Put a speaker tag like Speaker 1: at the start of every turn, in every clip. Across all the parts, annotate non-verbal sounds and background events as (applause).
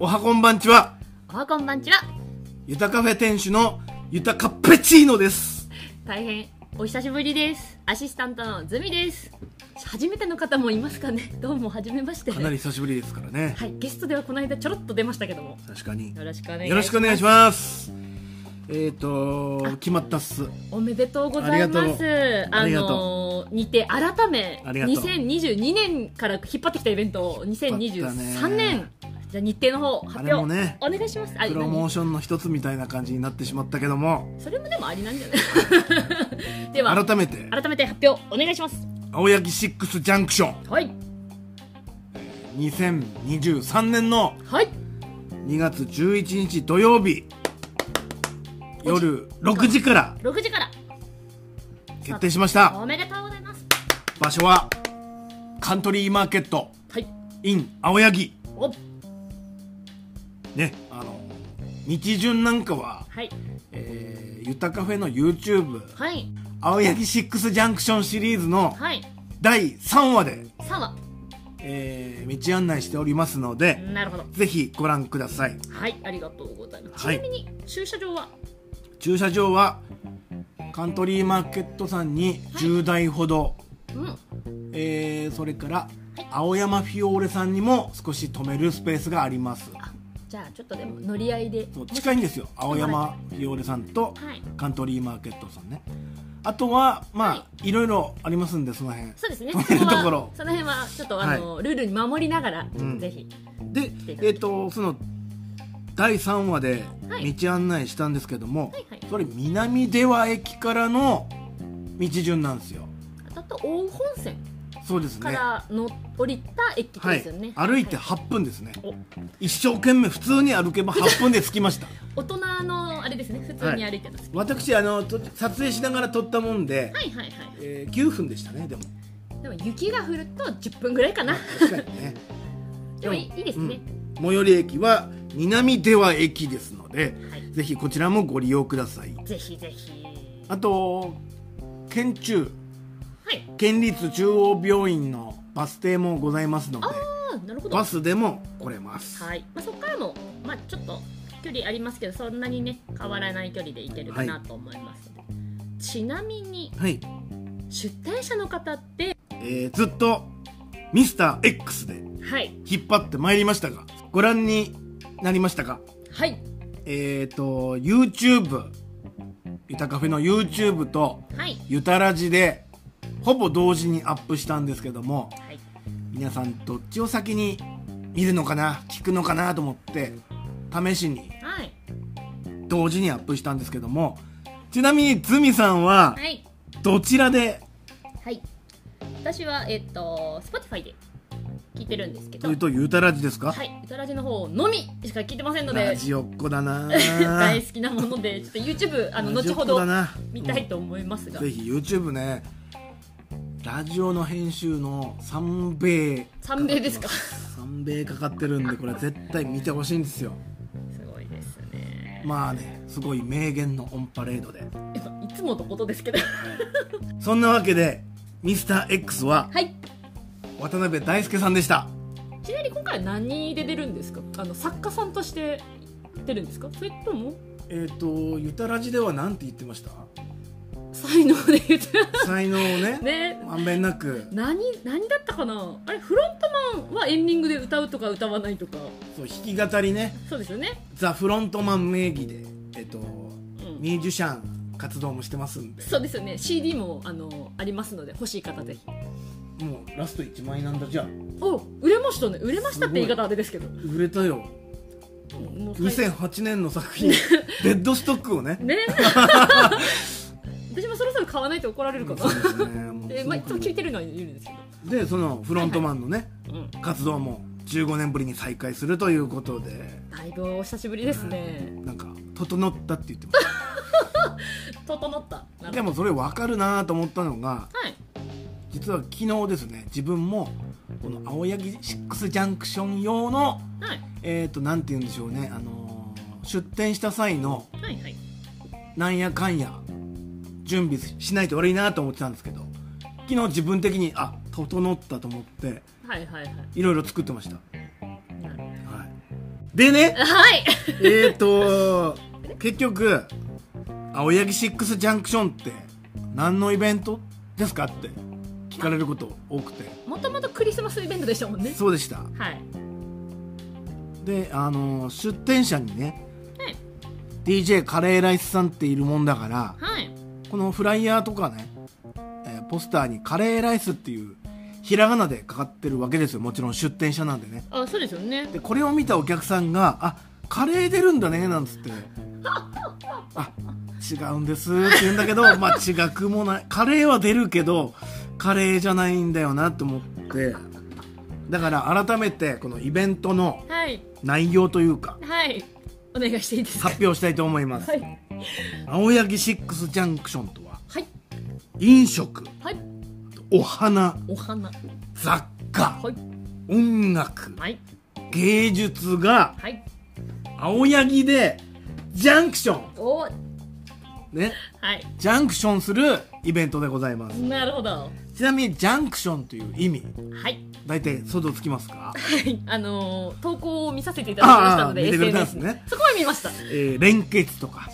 Speaker 1: おはこんばんちは
Speaker 2: おはこんばんちは
Speaker 1: ゆたカフェ店主のゆたカペチーノです
Speaker 2: 大変お久しぶりですアシスタントのズミです初めての方もいますかねどうも初めまして
Speaker 1: かなり久しぶりですからね、
Speaker 2: はいゲストではこの間ちょろっと出ましたけども
Speaker 1: 確かに
Speaker 2: よろしくお願いします
Speaker 1: よろしくお願いしますえっ、と決まったっす
Speaker 2: おめでとうございます
Speaker 1: あ
Speaker 2: あ
Speaker 1: りがとう
Speaker 2: のーにて改め
Speaker 1: ありがとう
Speaker 2: 2022年から引っ張ってきたイベントを
Speaker 1: 引っ張った
Speaker 2: 2023
Speaker 1: ね
Speaker 2: 年じゃあ日程の方
Speaker 1: あ
Speaker 2: 発
Speaker 1: れも
Speaker 2: 表、
Speaker 1: ね
Speaker 2: お願いしますあ
Speaker 1: プロモー
Speaker 2: 何
Speaker 1: ションの一つみたいな感じになってしまったけども
Speaker 2: それもでもありなんじゃな
Speaker 1: (laughs)
Speaker 2: いでは
Speaker 1: 改めて
Speaker 2: 改めて発表お願いします
Speaker 1: 青柳シックスジャンクション
Speaker 2: はい
Speaker 1: 2023年の
Speaker 2: はい
Speaker 1: 2月11日土曜日夜6時から
Speaker 2: 6時から
Speaker 1: 決定しました
Speaker 2: おめでとうございます
Speaker 1: 場所はカントリーマーケット
Speaker 2: はい
Speaker 1: in 青柳
Speaker 2: お
Speaker 1: ねあの日順なんかは、
Speaker 2: はい
Speaker 1: えー、ゆたカフェの YouTube
Speaker 2: はい
Speaker 1: 青柳シックスジャンクションシリーズの
Speaker 2: はい
Speaker 1: 第3話で、
Speaker 2: さあは
Speaker 1: えー道案内しておりますので、
Speaker 2: なるほど
Speaker 1: ぜひご覧ください
Speaker 2: はいありがとうございます、
Speaker 1: はい
Speaker 2: ちなみに駐車場は
Speaker 1: 駐車場はカントリーマーケットさんに10台ほど、
Speaker 2: うん
Speaker 1: えーそれから青山フィオーレさんにも少し止めるスペースがあります
Speaker 2: あじゃあちょっとでも乗り合いで
Speaker 1: そう近いんですよ青山フィオーレさんと
Speaker 2: はい
Speaker 1: カントリーマーケットさんねあとはまあ、、
Speaker 2: はい
Speaker 1: ろいろありますんでその辺
Speaker 2: そ
Speaker 1: (laughs)
Speaker 2: うですね
Speaker 1: 止めるところ
Speaker 2: そはその辺はちょっとあの、ルールに守りながら、
Speaker 1: ん
Speaker 2: ぜひ
Speaker 1: で
Speaker 2: ていただ
Speaker 1: え
Speaker 2: いて
Speaker 1: っ、とその第3話で
Speaker 2: はい
Speaker 1: 道案内したんですけども、
Speaker 2: はいはい
Speaker 1: それ南出羽駅からの道順なんですよ
Speaker 2: あと大本線
Speaker 1: そうですね
Speaker 2: からの、降りた駅
Speaker 1: は
Speaker 2: で
Speaker 1: い
Speaker 2: すよね、、
Speaker 1: 歩いて
Speaker 2: は
Speaker 1: 8分ですね、
Speaker 2: お
Speaker 1: 一生懸命普通に歩
Speaker 2: (laughs)
Speaker 1: けば8分で着きました
Speaker 2: 大人のあれですね普通に歩いてます、
Speaker 1: 私あのと撮影しながら撮ったもんで、
Speaker 2: はい、はいはい
Speaker 1: えー9分でしたねでも
Speaker 2: でも雪が降ると10分ぐらいかな
Speaker 1: 確かにね
Speaker 2: でもいいいいですね、
Speaker 1: 最寄り駅は南出羽駅ですので、
Speaker 2: はい
Speaker 1: ぜひこちらもご利用ください
Speaker 2: ぜひぜひ
Speaker 1: あと県中
Speaker 2: はい
Speaker 1: 県立中央病院のバス停もございますので
Speaker 2: ああなるほど
Speaker 1: バスでも来れます
Speaker 2: はい、まあ、そこからも、まあ、ちょっと距離ありますけどそんなにね変わらない距離で行けるかなと思います、ちなみに
Speaker 1: はい、
Speaker 2: 出店者の方って
Speaker 1: えーずっとミスター x で
Speaker 2: はい
Speaker 1: 引っ張ってまいりましたがご覧になりましたか
Speaker 2: はい
Speaker 1: えっ、と YouTube ゆたカフェの YouTube と
Speaker 2: はい
Speaker 1: ゆたラジでほぼ同時にアップしたんですけども
Speaker 2: はい
Speaker 1: 皆さんどっちを先に見るのかな聞くのかなと思って試しに
Speaker 2: はい
Speaker 1: 同時にアップしたんですけどもちなみにズミさんは
Speaker 2: はい、
Speaker 1: どちらで
Speaker 2: はい、私はえっと Spotify で聞いてるんですけ
Speaker 1: と
Speaker 2: ど
Speaker 1: いうとゆたラジですか、
Speaker 2: はい歌ラジの方のみしか聞いてませんの
Speaker 1: ラ
Speaker 2: で
Speaker 1: ジオっ子だな
Speaker 2: (laughs) 大好きなものでちょっと YouTube あの
Speaker 1: ラジ
Speaker 2: 後
Speaker 1: オっ
Speaker 2: ほ
Speaker 1: 子
Speaker 2: ど
Speaker 1: だな
Speaker 2: 見たいと思いますが
Speaker 1: ぜひ YouTube ねラジオの編集の三米
Speaker 2: 三米ですか
Speaker 1: 三米かかってるんでこれ絶対見てほしいんですよ
Speaker 2: すごいですね
Speaker 1: まあねすごい名言のオンパレードで
Speaker 2: やっぱいつものことですけど
Speaker 1: そんなわけで Mr.X は
Speaker 2: はい
Speaker 1: 渡辺大輔さんでした
Speaker 2: ちなみに今回は何で出るんですかあの作家さんとして出るんですかそれとも
Speaker 1: えっ、とゆたラジではなんて言ってました
Speaker 2: 才能で言って
Speaker 1: 才能をね
Speaker 2: (laughs) ね
Speaker 1: まんべんなく
Speaker 2: 何何だったかなあれフロントマンはエンディングで歌うとか歌わないとか
Speaker 1: そう弾き語りね
Speaker 2: そうですよね
Speaker 1: ザ・フロントマン名義でえっ、とミュージシャン活動もしてますんで
Speaker 2: そうですよね CD もあのありますので欲しい方ぜひ
Speaker 1: もうラスト1万円なんだじゃあ
Speaker 2: お売れましたね売れましたって言い方あれですけど
Speaker 1: 売れたよ
Speaker 2: もう
Speaker 1: 2008年の作
Speaker 2: (laughs)
Speaker 1: 品「デッドストック」をね
Speaker 2: ね (laughs) 私もそろそろ買わないと怒られるかな
Speaker 1: そうですねもう
Speaker 2: えまあ、いつも聞いてるのはいるんですけ
Speaker 1: でそのフロントマンのね、
Speaker 2: ど、うん、
Speaker 1: 活動も15年ぶりに再開するということで
Speaker 2: だいぶお久しぶりですね
Speaker 1: なんか整ったって言ってまし
Speaker 2: 整ったな
Speaker 1: た
Speaker 2: る
Speaker 1: でもそれ分かるなと思ったのが
Speaker 2: はい
Speaker 1: 実は昨日ですね自分もこの青柳シックスジャンクション用の
Speaker 2: はい
Speaker 1: えっ、となんて言うんでしょうねあのー出店した際の
Speaker 2: はいはい
Speaker 1: なんやかんや準備しないと悪いなと思ってたんですけど昨日自分的にあ整ったと思って
Speaker 2: はいはいはい
Speaker 1: いろいろ作ってました、
Speaker 2: なるほ
Speaker 1: はい、でね
Speaker 2: どはい
Speaker 1: えーと結局青柳シックスジャンクションって何のイベントですかって聞かれること多くて
Speaker 2: もともとクリスマスイベントでしたもんね
Speaker 1: そうでした
Speaker 2: はい
Speaker 1: であの出店者にね
Speaker 2: はい
Speaker 1: DJ カレーライスさんっているもんだから
Speaker 2: はい
Speaker 1: このフライヤーとかね、えーポスターにカレーライスっていうひらがなでかかってるわけですよもちろん出店者なんでね
Speaker 2: あそうですよね
Speaker 1: でこれを見たお客さんが「あカレー出るんだね」なんつって「あ違うんです」って言うんだけどまあ違くもないカレーは出るけどカレーじゃないんだよなと思ってだから改めてこのイベントの
Speaker 2: はい
Speaker 1: 内容というか
Speaker 2: はいお願いしていいですか
Speaker 1: 発表したいと思います
Speaker 2: はい
Speaker 1: 青柳シックスジャンクションとは
Speaker 2: はい
Speaker 1: 飲食
Speaker 2: はい
Speaker 1: お花
Speaker 2: お花は
Speaker 1: 雑貨
Speaker 2: い
Speaker 1: 音楽
Speaker 2: はい
Speaker 1: 芸術が
Speaker 2: はい
Speaker 1: 青柳でジャンクショ
Speaker 2: おは
Speaker 1: ンね
Speaker 2: い
Speaker 1: ジャンクションするイベントでございます
Speaker 2: なるほど
Speaker 1: ちなみにジャンクションという意味
Speaker 2: はい
Speaker 1: 大体想像つきますか、
Speaker 2: はいあのー投稿を見させていただきましたの
Speaker 1: あ
Speaker 2: で
Speaker 1: ー見てくれたんです
Speaker 2: SNS
Speaker 1: ね
Speaker 2: ねそこは見ました
Speaker 1: えー連結とか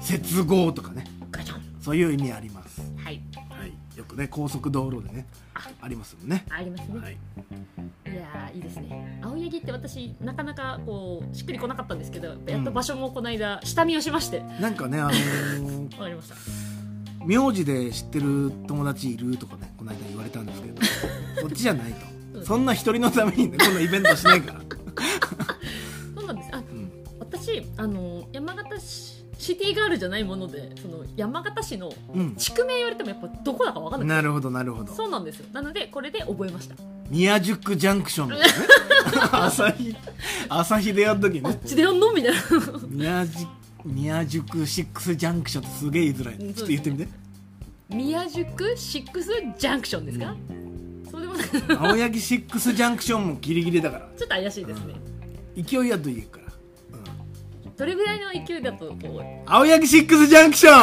Speaker 1: 接合とかね
Speaker 2: ガチャン
Speaker 1: そういう意味あります、
Speaker 2: はい
Speaker 1: はい、よくね高速道路でねありますもんね、
Speaker 2: ありますね、
Speaker 1: はい、
Speaker 2: い、やーいいですね青柳って私なかなかこうしっくりこなかったんですけどやっと場所もこの間下見をしましてわ
Speaker 1: なんかねあの (laughs) ー
Speaker 2: かりました
Speaker 1: 名字で知ってる友達いるとかねこの間言われたんですけどそっちじゃないとそんな一人のためにねこんなイベントしないから、
Speaker 2: そうなんですあ
Speaker 1: うん、
Speaker 2: 私あの山形市シティガールじゃないものでその山形市の
Speaker 1: うん
Speaker 2: 地区名言われてもやっぱどこだかわかんない
Speaker 1: なるほどなるほど
Speaker 2: そうなんですよなのでこれで覚えました
Speaker 1: 宮宿ジャンクションだよね朝日朝日でやるときね
Speaker 2: 地でやんのみたいな (laughs)
Speaker 1: 宮宿宮宿シックスジャンクションってすげえ言いづらい、
Speaker 2: うん
Speaker 1: ちょっと言ってみて
Speaker 2: 宮宿シックスジャンクションですか、そうでもないちょっ
Speaker 1: 青柳シックスジャンクションもギリギリだから
Speaker 2: と怪しいですね、
Speaker 1: 勢いやと言うから、うん、
Speaker 2: どれぐらいの勢いだとこう
Speaker 1: 青柳シックスジャンクション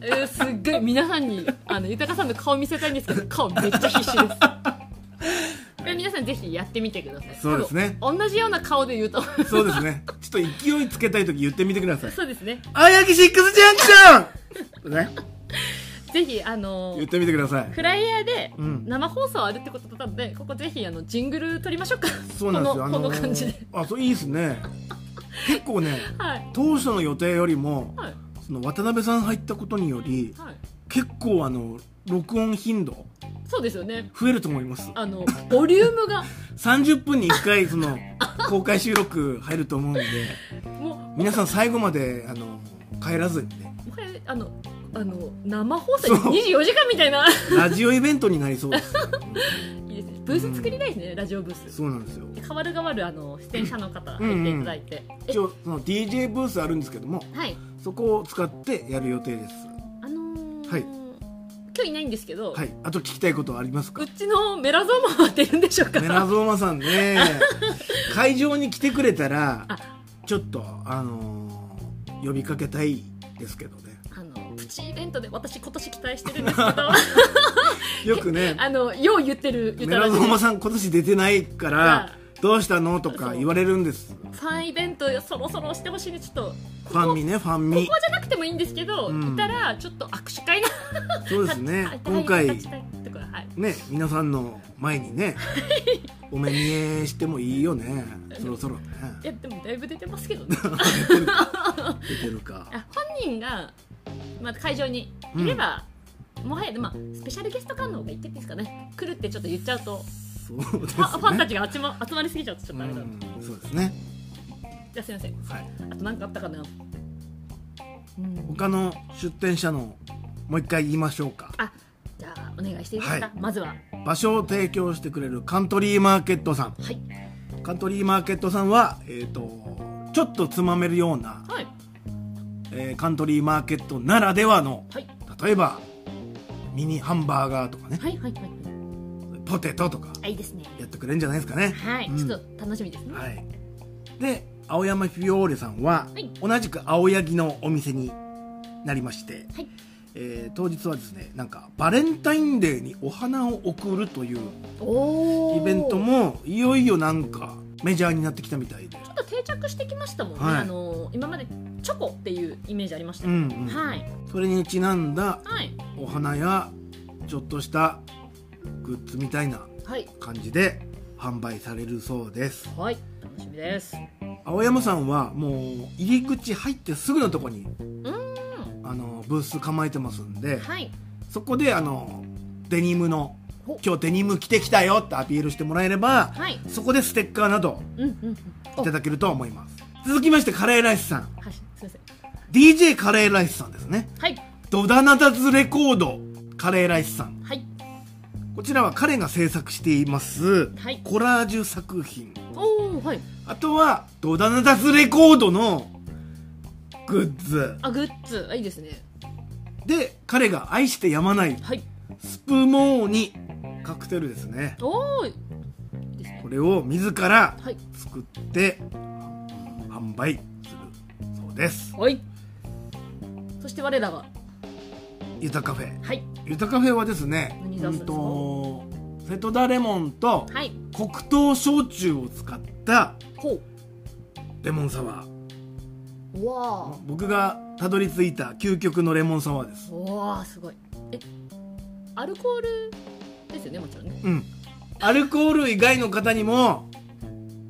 Speaker 2: えーすっごい皆さんにあの豊さんの顔見せたいんですけど顔めっちゃ
Speaker 1: (laughs)
Speaker 2: 必死ですこれ皆さんぜひやってみてください
Speaker 1: そうですね
Speaker 2: 多分同じような顔で言うと
Speaker 1: そうですねちょっと勢いつけたいとき言ってみてください
Speaker 2: そうですね
Speaker 1: 青柳シックスジャンクションね
Speaker 2: ぜひあの
Speaker 1: 言ってみてください
Speaker 2: フライヤーで
Speaker 1: うん
Speaker 2: 生放送あるってことだったので、ここぜひあのジングル撮りましょうか
Speaker 1: そうなんですよ
Speaker 2: こ
Speaker 1: あの
Speaker 2: の,、
Speaker 1: ー
Speaker 2: この感じで
Speaker 1: あそういいですね結構ね
Speaker 2: はい
Speaker 1: 当初の予定よりも
Speaker 2: はい
Speaker 1: その渡辺さん入ったことにより
Speaker 2: はい
Speaker 1: 結構あの録音頻度
Speaker 2: そうですよね
Speaker 1: 増えると思います
Speaker 2: あのボリュームが
Speaker 1: 30分に1回その公開収録入ると思うんで
Speaker 2: も
Speaker 1: 皆さん最後まであの帰らずにね
Speaker 2: うこれあのあの生放送
Speaker 1: そう
Speaker 2: 24時間みたいな
Speaker 1: ラジオイベントになりそうです
Speaker 2: いいですねブース作りたいですね、ラジオブース
Speaker 1: そうなんですよ
Speaker 2: 変わる変わるあの出演者の方入っていただいて、え
Speaker 1: 一応その DJ ブースあるんですけども
Speaker 2: はい
Speaker 1: そこを使ってやる予定です
Speaker 2: あのー
Speaker 1: はい
Speaker 2: 今日いないんですけど、
Speaker 1: はいあと聞きたいことはありますか
Speaker 2: うちのメラゾーマは出るんでしょうか
Speaker 1: メラゾーマさんね会場に来てくれたら
Speaker 2: あ
Speaker 1: ちょっとあのー呼びかけたいですけどね
Speaker 2: あのプチイベントで私今年期待してるんですけ
Speaker 1: (laughs) よ
Speaker 2: ど
Speaker 1: くね
Speaker 2: あのよう言ってる言っ
Speaker 1: メ
Speaker 2: た
Speaker 1: ラ
Speaker 2: ら
Speaker 1: ゾーマさん今年出てないからどうしたのとか言われるんです
Speaker 2: ファンイベントそろそろしてほしいねちょっと
Speaker 1: ファンミねファン
Speaker 2: こ
Speaker 1: ミ
Speaker 2: こじゃなくてもいいんですけど、
Speaker 1: うん
Speaker 2: いたらちょっと握手会が
Speaker 1: そうですね
Speaker 2: 立ち
Speaker 1: 今回
Speaker 2: 立ちたいとかはい
Speaker 1: ね皆さんの前にねお目見えしてもいいよねそろそろね
Speaker 2: いやでもだいぶ出てますけど
Speaker 1: (laughs)
Speaker 2: ね
Speaker 1: 出てるか
Speaker 2: あ本人が、まあ、会場にいれば、もはや、まあ、スペシャルゲスト感の方がいいってんですかね来るってちょっと言っちゃうと、
Speaker 1: そうです
Speaker 2: ファファンた
Speaker 1: ね
Speaker 2: ちが集ま集まりすぎちゃうとちょっ
Speaker 1: う
Speaker 2: とあれだ、
Speaker 1: んそうですね
Speaker 2: じゃあすいません
Speaker 1: はい
Speaker 2: あと何かあったかな、うん、
Speaker 1: 他の出店者のもう一回言いましょうか
Speaker 2: あじゃあお願いしていいですか、
Speaker 1: はい
Speaker 2: まずはは
Speaker 1: 場所を提供してくれるカントリーマーケットさん
Speaker 2: い
Speaker 1: カントリーマーケットさんは、えー、とちょっとつまめるような、
Speaker 2: はい
Speaker 1: えーカントリーマーケットならではの
Speaker 2: はい
Speaker 1: 例えばミニハンバーガーとかね
Speaker 2: はいはいはい
Speaker 1: ポテトとか
Speaker 2: あいいですね
Speaker 1: やってくれるんじゃないですかね
Speaker 2: はい、
Speaker 1: うん
Speaker 2: ちょっと楽しみですねは
Speaker 1: はいで青山フィオーレさんは、
Speaker 2: はい
Speaker 1: 同じく青柳のお店になりまして、
Speaker 2: い
Speaker 1: えー当日はですねなんかバレンタインデーにお花を贈るという
Speaker 2: お
Speaker 1: イベント
Speaker 2: も
Speaker 1: もいよいよなんかメジャーになってきたみたいで
Speaker 2: ちょっと定着してきましたもんね、
Speaker 1: はい
Speaker 2: あの今までチョコっていうイメージありましたけ
Speaker 1: う
Speaker 2: ど、
Speaker 1: んうん
Speaker 2: はい
Speaker 1: それにちなんだ
Speaker 2: はい
Speaker 1: お花やちょっとしたグッズみたいな
Speaker 2: はい
Speaker 1: 感じで販売されるそうです
Speaker 2: はい楽しみです
Speaker 1: 青山さんはもう入り口入ってすぐのとこにあのブース構えてますんで
Speaker 2: はい
Speaker 1: そこであのデニムの
Speaker 2: ほ
Speaker 1: 今日デニム着てきたよってアピールしてもらえれば
Speaker 2: はい
Speaker 1: そこでステッカーなど
Speaker 2: うんうんうんお
Speaker 1: い
Speaker 2: は
Speaker 1: ただけると思います続きましてカレーライスさん
Speaker 2: いすいません
Speaker 1: DJ カレーライスさんですね
Speaker 2: はい
Speaker 1: ドダナダズレコードカレーライスさん
Speaker 2: はい
Speaker 1: こちらは彼が制作しています、
Speaker 2: はい
Speaker 1: コラージュ作品
Speaker 2: おおはい
Speaker 1: あとはドダナダズレコードのグッズ
Speaker 2: あグッズあいいですね
Speaker 1: で彼が愛してやまない
Speaker 2: はい
Speaker 1: スプモーニカクテルですね
Speaker 2: おおいいですね
Speaker 1: これを自ら
Speaker 2: はい
Speaker 1: 作って販売するそうです
Speaker 2: はいそして我らが
Speaker 1: ゆたカフェ
Speaker 2: はい
Speaker 1: ゆたカフェはですね
Speaker 2: 何出す
Speaker 1: うんん
Speaker 2: ですか
Speaker 1: と瀬戸田レモンと
Speaker 2: はい
Speaker 1: 黒糖焼酎を使った
Speaker 2: ほ
Speaker 1: レモンサワー
Speaker 2: ううわ
Speaker 1: 僕がたどり着いた究極のレモンサワーです
Speaker 2: ーうわーすごいえアルコールですよねもちろんね
Speaker 1: うんアルコール以外の方にも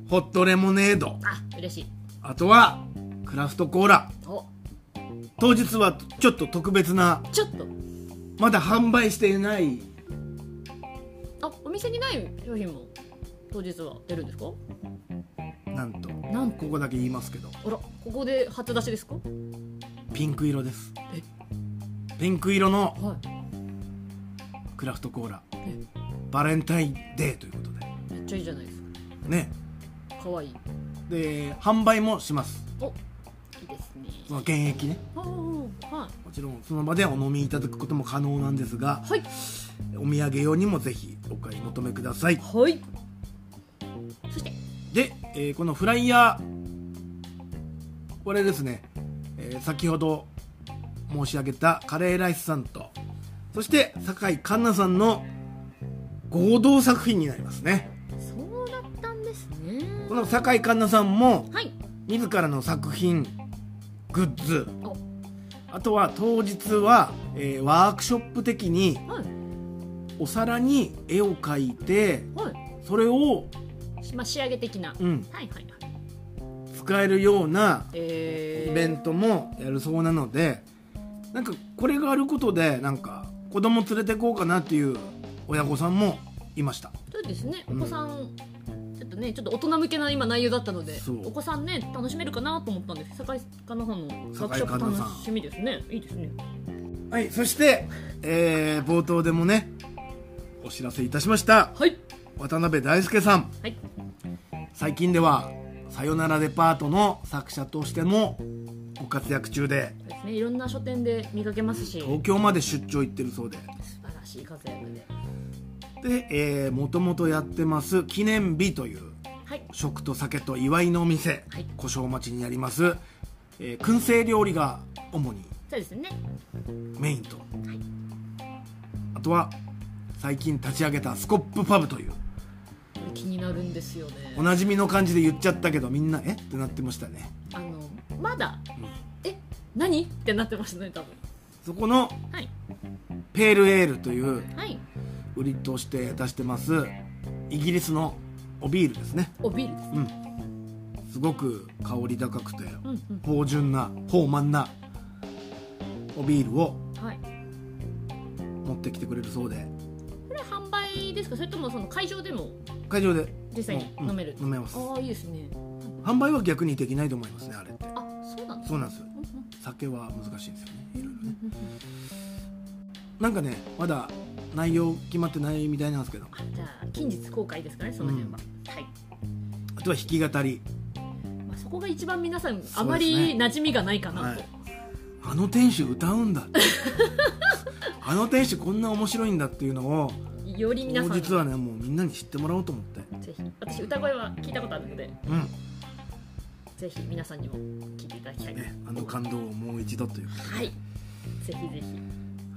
Speaker 1: ホットレモネード
Speaker 2: あ嬉しい
Speaker 1: あとはクラフトコーラ
Speaker 2: お
Speaker 1: 当日はちょっと特別な
Speaker 2: ちょっと
Speaker 1: まだ販売していない
Speaker 2: あお店にない商品も当日は出るんですか
Speaker 1: なんと
Speaker 2: なんと
Speaker 1: ここだけ言いますけど
Speaker 2: あらここで初出しですか
Speaker 1: ピンク色です
Speaker 2: え
Speaker 1: ピンク色の
Speaker 2: はい
Speaker 1: クラフトコーラ
Speaker 2: え
Speaker 1: バレンタインデーということで
Speaker 2: めっちゃいいじゃないですか
Speaker 1: ね
Speaker 2: かわいい
Speaker 1: で販売もします
Speaker 2: おいいですね
Speaker 1: その原液ね
Speaker 2: おーは
Speaker 1: もちろんその場でお飲みいただくことも可能なんですが
Speaker 2: いはい
Speaker 1: お土産用にもぜひお買い求めください
Speaker 2: はいそして
Speaker 1: で、えーこのフライヤーこれですね、えー先ほど申し上げたカレーライスさんとそして酒井環奈さんの合同作品になりますね
Speaker 2: そうだったんですね
Speaker 1: この酒井環奈さんも
Speaker 2: はい
Speaker 1: 自らの作品グッズ
Speaker 2: お
Speaker 1: あとは当日は、えーワークショップ的に
Speaker 2: はい
Speaker 1: お皿に絵を描いて
Speaker 2: は
Speaker 1: それを、
Speaker 2: いしまあ仕上げ的な、
Speaker 1: うん、
Speaker 2: はいはいはい
Speaker 1: 使えるような
Speaker 2: え
Speaker 1: イ
Speaker 2: ー、
Speaker 1: ベントもやるそうなのでなんかこれがあることでなんか子供連れてこうかなっていう親御さんもいました
Speaker 2: そうですねお
Speaker 1: うん
Speaker 2: 子さん、ちょっとねちょっと大人向けな今内容だったので
Speaker 1: そう
Speaker 2: お子さんね楽しめるかなと思ったんです酒井かなさんのワークショ
Speaker 1: 酒井香
Speaker 2: ッ
Speaker 1: 奈
Speaker 2: プ
Speaker 1: さん
Speaker 2: 楽しみですねいいですね
Speaker 1: はいそして、えー冒頭でもねお知らせいたしました
Speaker 2: はい
Speaker 1: 渡辺大輔さん
Speaker 2: はい
Speaker 1: 最近では「さよならデパート」の作者としてもご活躍中で
Speaker 2: そうですねいろんな書店で見かけますし
Speaker 1: 東京まで出張行ってるそうで
Speaker 2: 素晴らしい活躍で
Speaker 1: で、えー、もともとやってます記念日という
Speaker 2: はい
Speaker 1: 食と酒と祝いのお店、
Speaker 2: はい
Speaker 1: 古正町にあります、えー燻製料理が主に
Speaker 2: そうですね
Speaker 1: メインと、あとは最近立ち上げたスコップパブという
Speaker 2: 気になるんですよね
Speaker 1: おなじみの感じで言っちゃったけどみんなえってなってましたね
Speaker 2: あのまだ、え何ってなってましたね多分
Speaker 1: そこの
Speaker 2: はい
Speaker 1: ペールエールという
Speaker 2: はい
Speaker 1: 売りとして出してますイギリスのおビールですね
Speaker 2: おビールです
Speaker 1: うんすごく香り高くて
Speaker 2: うんうん
Speaker 1: 芳醇な豊満なおビールを
Speaker 2: はい
Speaker 1: 持ってきてくれるそうで
Speaker 2: これ販売ですかそれともその会場でも
Speaker 1: 会場で
Speaker 2: 実際に飲める、
Speaker 1: うん飲めます
Speaker 2: ああいいですね
Speaker 1: 販売は逆にできないと思いますねあれって
Speaker 2: あそうなんです
Speaker 1: そう
Speaker 2: か (laughs)
Speaker 1: なんですよ
Speaker 2: うんうん
Speaker 1: 酒は難しいんですよねいろいろね
Speaker 2: うんうんうん
Speaker 1: なんかねまだ内容決まってないみたいなんですけど
Speaker 2: あじゃあ近日公開ですかねその辺は、はい、
Speaker 1: あとは弾き語り
Speaker 2: まあ、そこが一番皆さん
Speaker 1: すね
Speaker 2: あまり馴染みがないかなと、
Speaker 1: はいあの店主歌うんだって
Speaker 2: (laughs)
Speaker 1: あの店主こんな面白いんだっていうのを
Speaker 2: より皆さん
Speaker 1: 当
Speaker 2: に
Speaker 1: 日はねもうみんなに知ってもらおうと思って
Speaker 2: ぜひ私歌声は聞いたことあるので
Speaker 1: うん
Speaker 2: ぜひ皆さんにも聞いていただきたいな
Speaker 1: ねあの感動をもう一度という
Speaker 2: はいぜひぜひ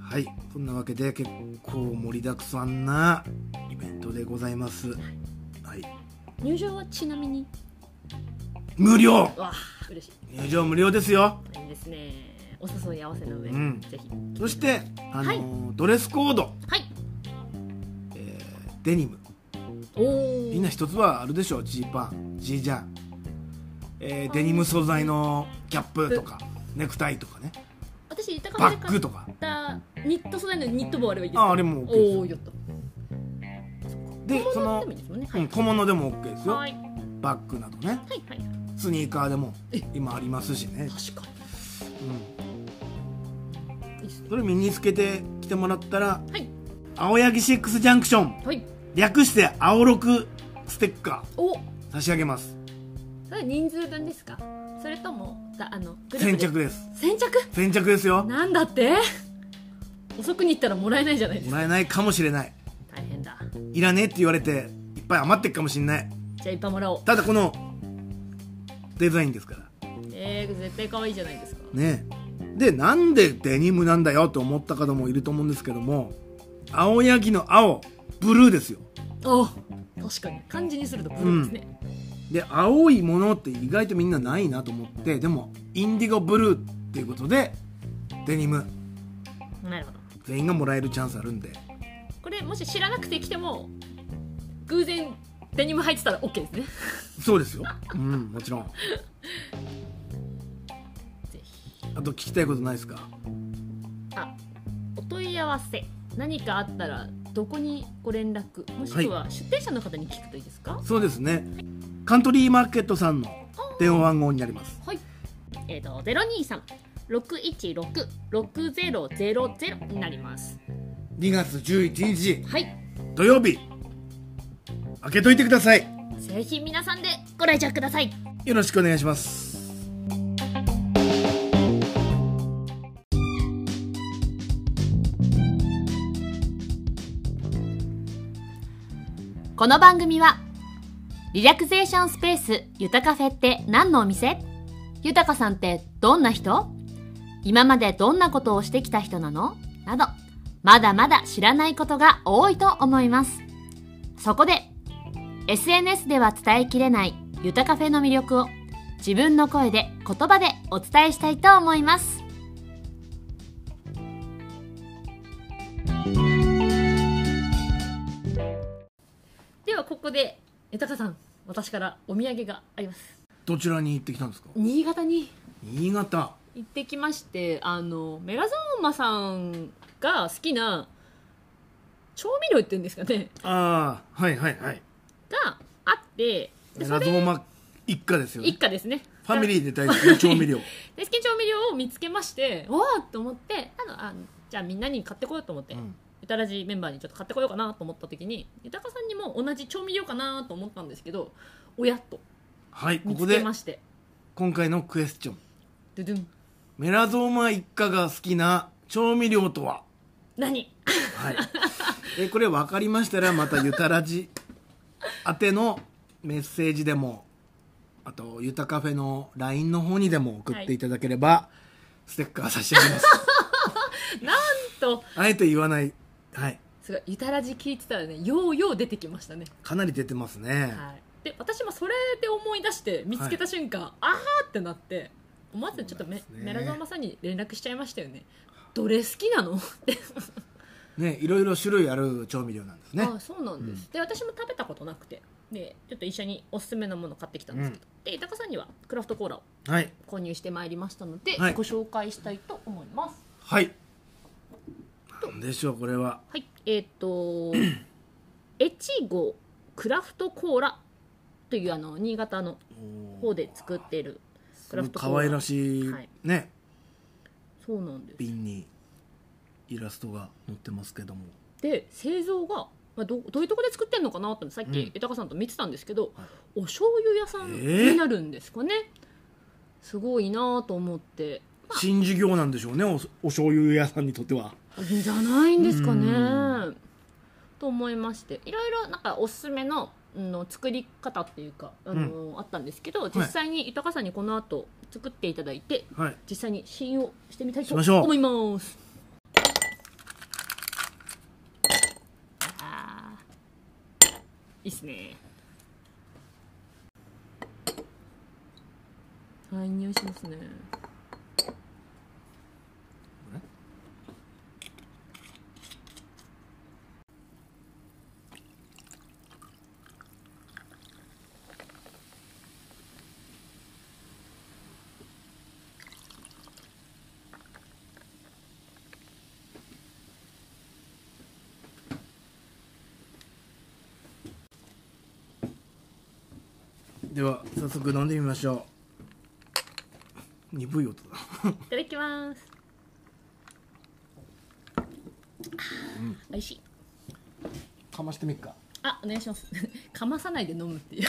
Speaker 1: はいそんなわけで結構盛りだくさんなイベントでございますはい
Speaker 2: 入場はちなみに
Speaker 1: 無料
Speaker 2: わあ嬉しい
Speaker 1: 入場無料ですよ
Speaker 2: いいですねお誘い合わせの上、
Speaker 1: うん
Speaker 2: ぜひ
Speaker 1: そしてあの、
Speaker 2: はい
Speaker 1: ドレスコード、
Speaker 2: はい
Speaker 1: えーデニム
Speaker 2: おお
Speaker 1: みんな一つはあるでしょジーパンジージャン、えーデニム素材のキャップとかネクタイとかね
Speaker 2: 私豊川
Speaker 1: バ
Speaker 2: で
Speaker 1: ッグ
Speaker 2: 買っ
Speaker 1: とか
Speaker 2: たニット素材のニット帽あればいいです
Speaker 1: あ
Speaker 2: か
Speaker 1: あれも OK です
Speaker 2: おおよっと
Speaker 1: でその
Speaker 2: でもいいですもんねは
Speaker 1: う
Speaker 2: い、
Speaker 1: ん小物でも OK ですよ
Speaker 2: はい
Speaker 1: バッグなどね
Speaker 2: はいはい
Speaker 1: スニーカーでも
Speaker 2: え
Speaker 1: 今ありますしね、
Speaker 2: 確か
Speaker 1: うん、
Speaker 2: にいいですね
Speaker 1: それ身につけてきてもらったら
Speaker 2: はい
Speaker 1: 青柳シックスジャンクション
Speaker 2: はい
Speaker 1: 略して青六ステッカ
Speaker 2: お
Speaker 1: ー差し上げます
Speaker 2: それは人数分ですかそれともだあのグルー
Speaker 1: 先
Speaker 2: プで
Speaker 1: 着です
Speaker 2: 先着
Speaker 1: 先着ですよ
Speaker 2: なんだって遅くに行ったらもらえないじゃないです
Speaker 1: も
Speaker 2: から
Speaker 1: えないかもしれない
Speaker 2: 大変だ
Speaker 1: いらねえって言われていっぱい余ってっかもしれない
Speaker 2: じゃあいっぱいもらおう
Speaker 1: ただこのデザインですから
Speaker 2: えー、絶対可愛いじゃないですか
Speaker 1: ねでなんでデニムなんだよと思った方もいると思うんですけども青柳の青ブルーですよ
Speaker 2: あ確かに漢字にするとブルーですね、
Speaker 1: で青いものって意外とみんなないなと思ってでもインディゴブルーっていうことでデニム
Speaker 2: なるほど
Speaker 1: 全員がもらえるチャンスあるんで
Speaker 2: これもし知らなくて来ても偶然デニム入ってたら OK ですね
Speaker 1: そうですようんもちろん
Speaker 2: ぜひ
Speaker 1: あと聞きたいことないですか
Speaker 2: あお問い合わせ何かあったらどこにご連絡もしくは出店者の方に聞くといいですか
Speaker 1: そうですねカントリーマーケットさんの電話番号になります
Speaker 2: はい。えっ、ー、と、ゼロ二三六一六六ゼロゼロゼロになります。
Speaker 1: 2月11日
Speaker 2: はい。
Speaker 1: 土曜日開けといてください
Speaker 2: ぜひ皆さんでご来場ください。
Speaker 1: よろしくお願いします
Speaker 2: この番組はリラクゼーションスペースゆたカフェって何のお店ゆたかさんってどんな人今までどんなことをしてきた人なのなどまだまだ知らないことが多いと思いますそこで SNS では伝えきれないゆたカフェの魅力を自分の声で言葉でお伝えしたいと思いますではここでゆたかさん私からお土産があります
Speaker 1: どちらに行ってきたんですか
Speaker 2: 新潟に
Speaker 1: 新潟
Speaker 2: 行ってきましてあのメラゾーマさんが好きな調味料っていうんですかね
Speaker 1: ああはいはいはい
Speaker 2: があってでそ
Speaker 1: 謎
Speaker 2: れ
Speaker 1: のま一家ですよね
Speaker 2: 一家ですね
Speaker 1: ファミリーで大好きな調味料
Speaker 2: で好きな調味料を見つけましてわあと思ってあのあじゃあみんなに買ってこようと思って、
Speaker 1: う
Speaker 2: うんたらじメンバーにちょっと買ってこようかなと思った時に豊さんにも同じ調味料かなと思ったんですけどおやっと
Speaker 1: はいこ
Speaker 2: 見
Speaker 1: こ
Speaker 2: つけ
Speaker 1: で
Speaker 2: まして
Speaker 1: 今回のクエスチョン
Speaker 2: ドゥドゥン
Speaker 1: メラゾーマ一家が好きな調味料とは
Speaker 2: 何 (laughs)
Speaker 1: はいえこれ分かりましたらまたゆたらじ宛てのメッセージでもあとゆたカフェの LINE の方にでも送っていただければ、ステッカー差し上げます
Speaker 2: と
Speaker 1: あえて言わないはい
Speaker 2: すごいゆたらじ聞いてたらねようよう出てきましたね
Speaker 1: かなり出てますね、
Speaker 2: はい、で私もそれで思い出して見つけた瞬間、あーってなって思わずちょっとメ,、
Speaker 1: そうなんですね
Speaker 2: メラゾーマさんに連絡しちゃいましたよねどれ好きなのって、
Speaker 1: ねいろいろ種類ある調味料なんですね
Speaker 2: あそうなんです、で私も食べたことなくてでちょっと一緒におすすめのもの買ってきたんですけど、で豊さんにはクラフトコーラを
Speaker 1: はい
Speaker 2: 購入してまいりましたので、
Speaker 1: はい
Speaker 2: ご紹介したいと思います
Speaker 1: はいなんでしょうこれは
Speaker 2: はいえっ、
Speaker 1: (clears throat)
Speaker 2: と越後クラフトコーラというあの新潟の方で作っているクラフトコーラ
Speaker 1: 可愛らしい、
Speaker 2: はい
Speaker 1: ね
Speaker 2: そうなんです
Speaker 1: 瓶にイラストが載ってますけども
Speaker 2: で製造が、まあ、どどういうところで作ってんのかなってさっ
Speaker 1: うん
Speaker 2: き豊さんと見てたんですけど、
Speaker 1: はい
Speaker 2: お醤油屋さんになるんですかね、すごいなと思って
Speaker 1: 新事業なんでしょうねおお醤油屋さんにとっては
Speaker 2: じゃないんですか
Speaker 1: う
Speaker 2: ねと思いましていろいろなんかおすすめのうんの作り方っていうかあの、あったんですけど実際に豊さんにこの後作っていただいて
Speaker 1: はい
Speaker 2: 実際に試飲をしてみたい
Speaker 1: し
Speaker 2: と
Speaker 1: ましょう
Speaker 2: 思いますいっすねはい匂いしますね
Speaker 1: では早速飲んでみましょう鈍い音だ
Speaker 2: いただきます、美味しい
Speaker 1: かましてみっか
Speaker 2: あお願いします (laughs) かまさないで飲むっていう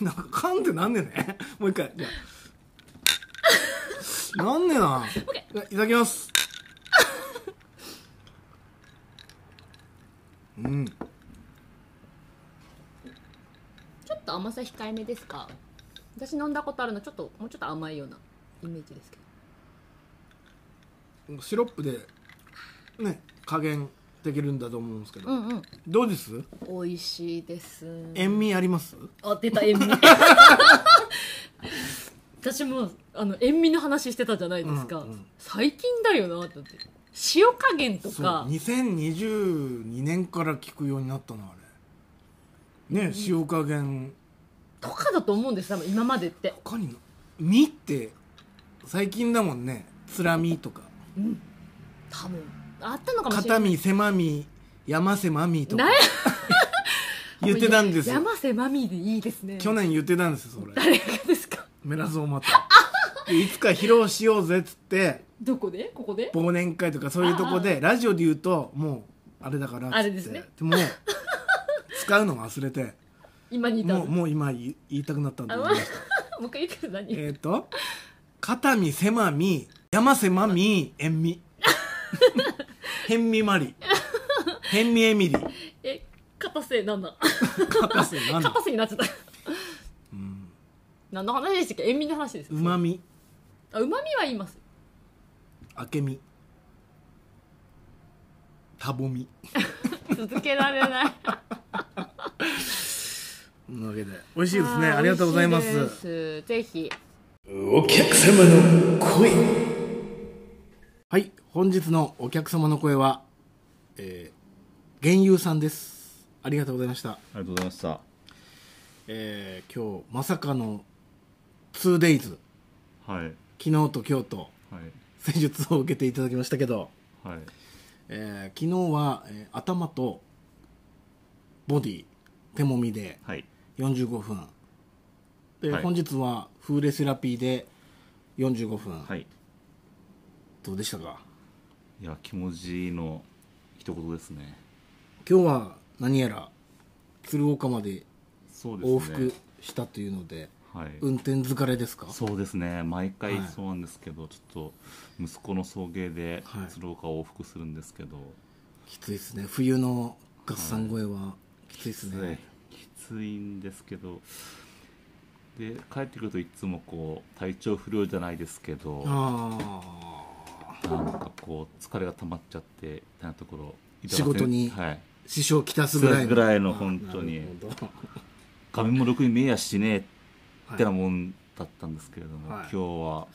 Speaker 1: なんか噛んでなんねねもう一回じゃあなんねな、いただきますうん
Speaker 2: ちょっと甘さ控えめですか私飲んだことあるのちょっともうちょっと甘いようなイメージですけど
Speaker 1: シロップでね加減できるんだと思うんですけど、
Speaker 2: うんうん
Speaker 1: どうです
Speaker 2: 美味しいです
Speaker 1: 塩味あります
Speaker 2: あ出た塩
Speaker 1: (laughs)
Speaker 2: 味私もあの塩味の話してたじゃないですか、
Speaker 1: うんうん
Speaker 2: 最近だよなと思って塩加減と
Speaker 1: そう
Speaker 2: か
Speaker 1: 2022年から聞くようになったのあれね塩加減
Speaker 2: とかだと思うんです多分今までって
Speaker 1: 他に「み」って最近だもんね「つらみ」とか
Speaker 2: 多分あったの
Speaker 1: 「
Speaker 2: かもしれな
Speaker 1: 片
Speaker 2: い
Speaker 1: み」「せまみ」「山せまみ」とか
Speaker 2: な
Speaker 1: 言ってたんですよ
Speaker 2: 山瀬まみでいいですね
Speaker 1: 去年言ってたんです
Speaker 2: (laughs)
Speaker 1: よそれ
Speaker 2: 誰がですか
Speaker 1: メラゾーマタでいつか披露しようぜっつって
Speaker 2: どこでここで
Speaker 1: 忘年会とかそういうとこでラジオで言うともうあれだからっつって
Speaker 2: あれですね
Speaker 1: で
Speaker 2: (laughs)
Speaker 1: も使うの忘れて
Speaker 2: 今にいた
Speaker 1: もう
Speaker 2: も
Speaker 1: もう今言い言いたくなったんだと思いました
Speaker 2: う一回言ってください何
Speaker 1: えっ、ー、と「肩身せまみ山せまみ塩 (laughs) 味」「変味マリ」「変味エミリ」
Speaker 2: え片瀬なんだ
Speaker 1: 「片瀬なの
Speaker 2: 片瀬になっちゃった
Speaker 1: うん
Speaker 2: 何の話でしたっけ塩味の話です
Speaker 1: うまみ
Speaker 2: あうまみは言います
Speaker 1: あけみ」「たぼみ
Speaker 2: 続けられ
Speaker 1: (laughs)
Speaker 2: ない」
Speaker 1: そんなわけで美味しいですねありがとうございま
Speaker 2: 美味
Speaker 1: す
Speaker 2: しいですぜひ
Speaker 1: お客様の声はい本日のお客様の声はえー、源優さんですありがとうございました
Speaker 3: ありがとうございました。
Speaker 1: えー、今日まさかの 2days
Speaker 3: はい。
Speaker 1: 昨日と今日と
Speaker 3: はい。
Speaker 1: 施術を受けていただきましたけど、
Speaker 3: はい。
Speaker 1: えー昨日は、えー頭とボディ手もみで
Speaker 3: はい。
Speaker 1: 45分で、
Speaker 3: はい
Speaker 1: 本日は風レセラピーで45分、
Speaker 3: はい。
Speaker 1: どうでしたか
Speaker 3: いや、気持ちいいの一言ですね。
Speaker 1: 今日は何やら鶴岡まで
Speaker 3: そうですね。
Speaker 1: 往復したというので
Speaker 3: はい。
Speaker 1: 運転疲れですか
Speaker 3: そうですね。毎回
Speaker 1: はい
Speaker 3: そうなんですけど、ちょっと息子の送迎で
Speaker 1: はい
Speaker 3: 鶴岡を往復するんですけど、
Speaker 1: きついですね冬の合算声はきついです
Speaker 3: きつ
Speaker 1: ね、
Speaker 3: いきついんですけど、で帰ってくるといつもこう体調不良じゃないですけど、
Speaker 1: ああ
Speaker 3: なんかこう疲れが溜まっちゃってみたいなところ。
Speaker 1: 仕事に
Speaker 3: はい。
Speaker 1: 支障きたすぐらい
Speaker 3: ぐらいの本当に
Speaker 1: あなるほど
Speaker 3: 画面もろくに見えやしねえ
Speaker 1: はい
Speaker 3: (laughs) ってなもんだったんですけれども、
Speaker 1: はい
Speaker 3: 今日は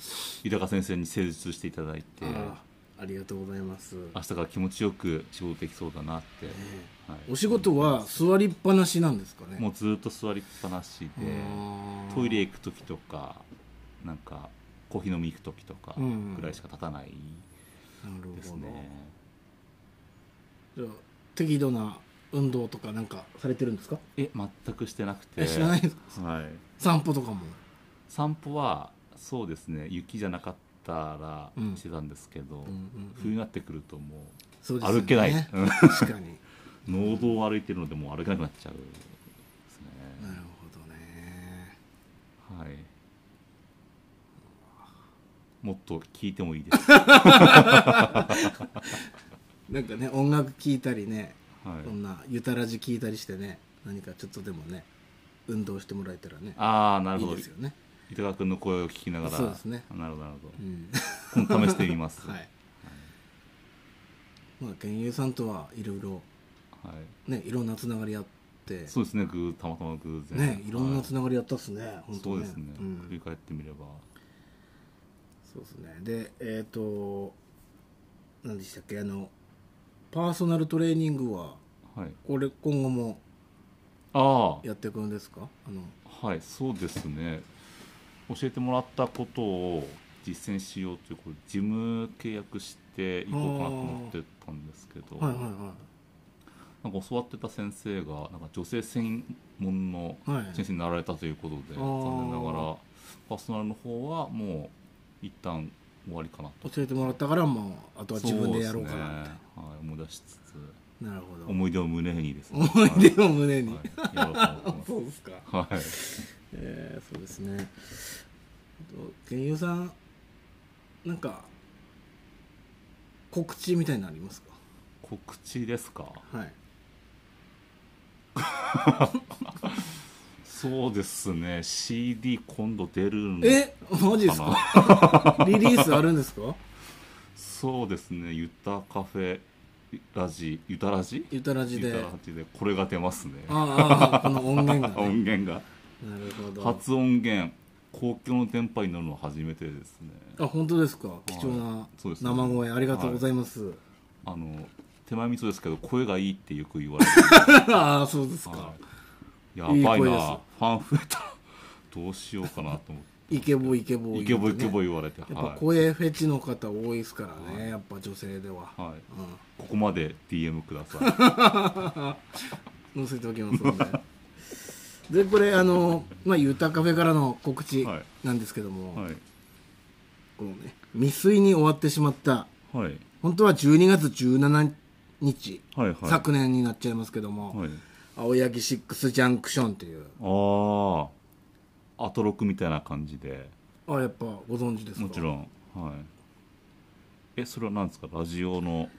Speaker 3: 井高先生に施術していただいて
Speaker 1: あーありがとうございます、
Speaker 3: 明日から気持ちよく仕事できそうだなって、はい
Speaker 1: お仕事は座りっぱなしなんですかね
Speaker 3: もうずっと座りっぱなしで
Speaker 1: あー
Speaker 3: トイレ行く時とかなんかコーヒー飲み行く時とか
Speaker 1: うん
Speaker 3: ぐらいしか立たない
Speaker 1: なる
Speaker 3: です
Speaker 1: ほど、
Speaker 3: ね、
Speaker 1: じゃあ適度な運動とかなんかされてるんですか
Speaker 3: え全くしてなくて
Speaker 1: え知らないです
Speaker 3: はい、
Speaker 1: 散歩とかも
Speaker 3: 散歩はそうですね雪じゃなかったら
Speaker 1: うん
Speaker 3: してたんですけど、
Speaker 1: うんうん
Speaker 3: 冬になってくるともう
Speaker 1: そうですよね
Speaker 3: 歩けない、うん
Speaker 1: 確かに
Speaker 3: 農道を歩いてるのでもう歩けなくなっちゃうですね、
Speaker 1: なるほどね
Speaker 3: はいもっと聞いてもいいです、
Speaker 1: なんかね音楽聴いたりね、
Speaker 3: は
Speaker 1: こ
Speaker 3: い、
Speaker 1: んなゆたらじ聴いたりしてね何かちょっとでもね運動してもらえたらね
Speaker 3: ああなるほど
Speaker 1: いいですよね
Speaker 3: 板川君の声を聞きながら
Speaker 1: そうですね
Speaker 3: なるほどなるほ
Speaker 1: う
Speaker 3: ど
Speaker 1: ん
Speaker 3: 今度試してみます
Speaker 1: はいまあ源友さんとはいろいろ
Speaker 3: はい
Speaker 1: ねいろんなつながりあって
Speaker 3: そうですねぐたまたま偶然
Speaker 1: ねいろんな
Speaker 3: は
Speaker 1: つながりあったっすね、本当
Speaker 3: そう
Speaker 1: ね
Speaker 3: ですね、
Speaker 1: うん
Speaker 3: 振り返ってみれば
Speaker 1: そうですねでえっ、と何でしたっけあのパーソナルトレーニングは
Speaker 3: はい
Speaker 1: これ今後も
Speaker 3: あ
Speaker 1: やっていくんですかあの
Speaker 3: あはいそうですね教えてもらったことを実践しようというこれ事務契約していこうかなと思ってたんですけど、
Speaker 1: はいはい
Speaker 3: なんか教わってた先生がなんか女性専門の
Speaker 1: はいはい
Speaker 3: 先生になられたということで、
Speaker 1: あー
Speaker 3: 残念ながらパーソナルの方はもう一旦終わりかなと
Speaker 1: 教えてもらったからもうあとは自分でやろうかな
Speaker 3: そ
Speaker 1: みた
Speaker 3: で
Speaker 1: い
Speaker 3: すねはい、思い出しつ
Speaker 1: ななる
Speaker 3: つ
Speaker 1: ほど
Speaker 3: 思い出を胸にですね
Speaker 1: 思い出を胸に、
Speaker 3: はい、やろうかなと思います
Speaker 1: そうですか
Speaker 3: はい、
Speaker 1: えー、そうですねあと原油さんなんか告知みたいなのありますか
Speaker 3: 告知ですか
Speaker 1: はい
Speaker 3: そうですね CD 今度出るの
Speaker 1: えマジですか (laughs) リリースあるんですか
Speaker 3: そうですねゆたカフェラジゆたラジ
Speaker 1: ゆたらじ
Speaker 3: ゆ
Speaker 1: で
Speaker 3: たラジでこれが出ますね
Speaker 1: ああああこの音源が、ね、
Speaker 3: (laughs) 音源が
Speaker 1: なるほど
Speaker 3: 初音源公共の電波に乗るのは初めてですね
Speaker 1: あ本当ですか貴重な
Speaker 3: そうですね
Speaker 1: 生声ありがとうございます、
Speaker 3: あの手前味噌ですけど声がいいってよく言われる
Speaker 1: (laughs) ああそうですか、
Speaker 3: はいやば
Speaker 1: い (laughs)
Speaker 3: い
Speaker 1: い
Speaker 3: な
Speaker 1: 声です
Speaker 3: ファン増えたらどうしようかなと思っ
Speaker 1: イケボイケボ
Speaker 3: てイケボイケボ
Speaker 1: や
Speaker 3: 言われて
Speaker 1: っぱ
Speaker 3: はい、
Speaker 1: 声フェチの方多いですからね、やっぱ女性では、
Speaker 3: はい、
Speaker 1: うん
Speaker 3: ここまで DM く
Speaker 1: (laughs)
Speaker 3: ださい
Speaker 1: 載せておきますのででこれあの、まあ、ゆたカフェからの告知
Speaker 3: はい
Speaker 1: なんですけども、
Speaker 3: はい
Speaker 1: このね未遂に終わってしまった
Speaker 3: はい
Speaker 1: 本当は12月17日、
Speaker 3: はいはい
Speaker 1: 昨年になっちゃいますけども、
Speaker 3: はい
Speaker 1: 青柳シックスジャンクションっていう
Speaker 3: ああアトロクみたいな感じで
Speaker 1: あやっぱご存知ですか
Speaker 3: もちろんはいえそれは何ですかラジオの